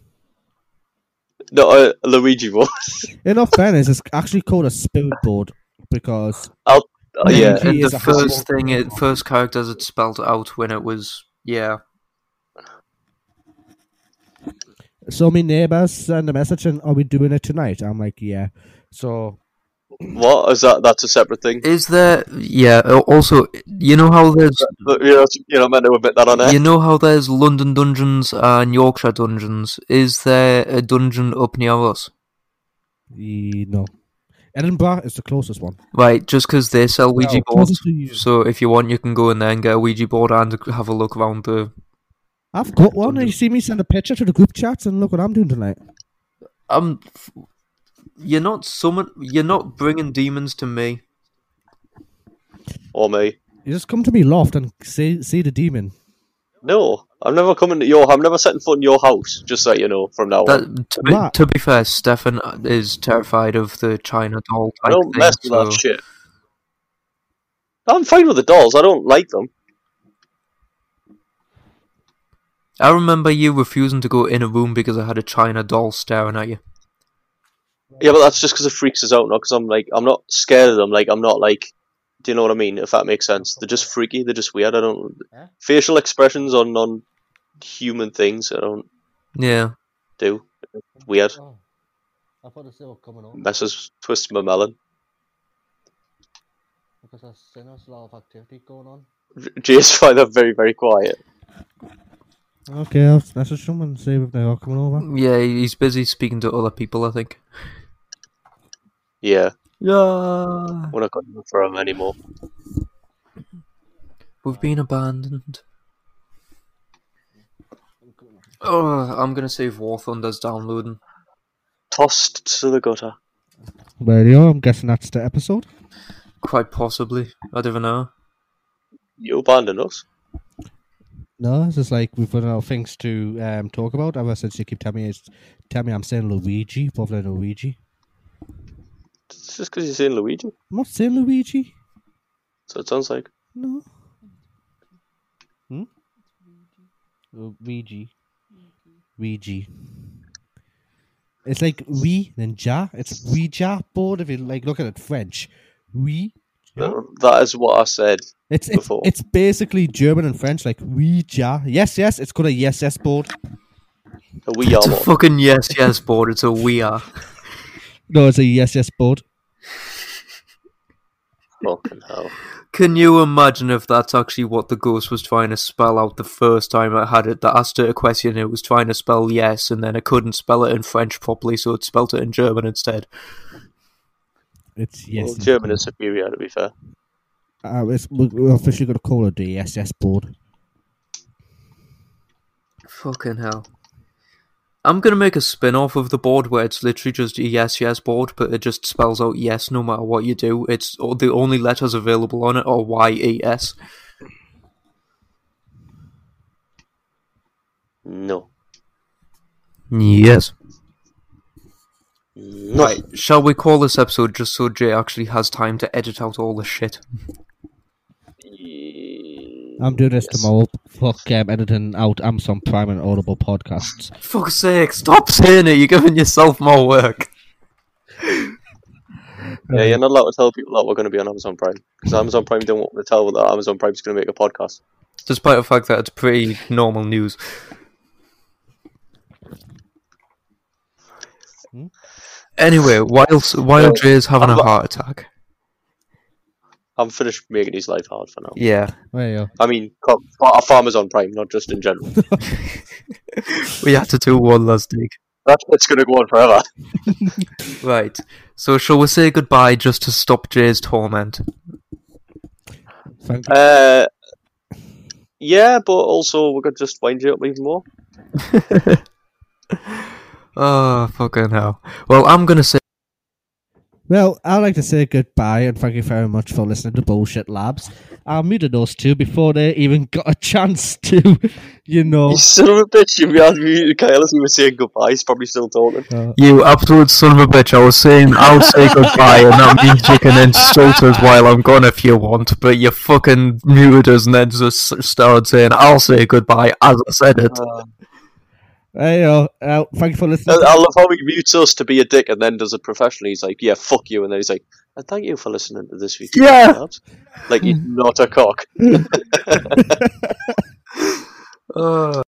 No, a a Luigi board.
In all fairness, it's actually called a spirit board because
I'll,
And-
Ouija
Oh, and
is
the
a house
first thing, it first character as it spelled out when it was, yeah.
So my neighbors send a message and are we doing it tonight? I'm like, yeah. So
What is that? That's a separate thing.
Is there, yeah, al- also, you know how there's,
But, You know, you're not meant to admit that on air.
you know how there's London Dungeons and Yorkshire Dungeons? Is there a dungeon up near us?
e- no. Edinburgh is the closest one.
Right, just because they sell Ouija
Well,
boards.
closest to you.
So if you want, you can go in there and get a Ouija board and have a look around the.
I've got one. You see me send a picture to the group chats and look what I'm doing tonight.
Um, you're not summon. You're not bringing demons to me.
Or me.
You just come to me loft and see see the demon.
No, I'm never coming to your. I'm never setting foot in your house. Just so you know, from now on.
That, to, be,
Matt.
to be fair, Stefan is terrified of the China doll
I
type
don't
thing.
mess with
so
that shit. I'm fine with the dolls. I don't like them.
I remember you refusing to go in a room because I had a China doll staring at you.
Yeah, but that's just because it freaks us out, not because I'm like I'm not scared of them. Like I'm not like, do you know what I mean? If that makes sense, they're just freaky. They're just weird. I don't facial expressions on non-human things. I don't
Yeah.
do weird
Oh, I thought they were coming on
messes. Twist my melon.
because I've seen there's a lot of activity going on.
Jay's find that very very quiet.
Okay, I'll message someone and see if they are coming over.
Yeah, he's busy speaking to other people, I think.
Yeah.
Yeah.
We're not going for him anymore.
We've been abandoned. Oh, I'm gonna save War Thunder's downloading.
Tossed to the gutter.
Where you are? I'm guessing that's the episode.
Quite possibly. I don't even know.
You abandoned us.
No, it's just like we've run out of things to um, talk about ever since you keep telling me it's, tell me I'm saying Luigi, probably Luigi.
It's just because you're saying Luigi.
I'm not saying Luigi.
So it sounds like
No. Hmm?
Oh,
Luigi. Ouija. It's like we then ja. It's Ouija board if you like look at it French. We
that is what I said
it's it's,
before.
it's basically German and French, like Ouija. Yes, yes, it's called a yes yes board.
A we are
It's a fucking yes, yes board. It's a we are.
No, it's a yes yes board.
Fucking hell.
Can you imagine if that's actually what the ghost was trying to spell out the first time I had it? That asked it a question, it was trying to spell yes, and then it couldn't spell it in French properly, so it spelt it in German instead.
It's yes.
Well, German is superior, to be fair.
Uh, it's, we- we're officially going to call it a yes yes board.
Fucking hell. I'm gonna make a spin off of the board where it's literally just a yes, yes board, but it just spells out yes no matter what you do. It's all the only letters available on it are Y E S.
No.
Yes. Right, shall we call this episode just so Jay actually has time to edit out all the shit?
I'm doing this tomorrow. Fuck um, editing out Amazon Prime and Audible podcasts.
Fuck's sake, stop saying it, you're giving yourself more work.
Yeah, you're not allowed to tell people that we're going to be on Amazon Prime because Amazon Prime don't want to tell that Amazon Prime's going to make a podcast.
Despite the fact that it's pretty normal news. Hmm? Anyway, whilst while Jay's having a heart attack.
I'm finished making his life hard for now.
Yeah.
There you
I mean, co- for for Amazon Prime, not just in general.
We had to do one last dig.
That shit's going to go on forever.
Right. So shall we say goodbye just to stop Jay's torment?
Uh, yeah, but also we're going to just wind you up even more.
Oh fucking hell. Well I'm gonna say
Well, I'd like to say goodbye and thank you very much for listening to Bullshit Labs. I muted those two before they even got a chance to, you know.
You son of a bitch, you behind me, Kyle, as we were saying goodbye, he's probably still talking.
You absolute son of a bitch, I was saying I'll say goodbye and that means you can insult us while I'm gone if you want, but you fucking muted us and then just started saying I'll say goodbye as I said it.
There you go. Uh, thank you for
I,
listening.
I love how he mutes us to be a dick and then does it professionally. He's like, yeah, fuck you. And then he's like, and thank you for listening to this week.
Yeah.
Like, you're not a cock.
Uh,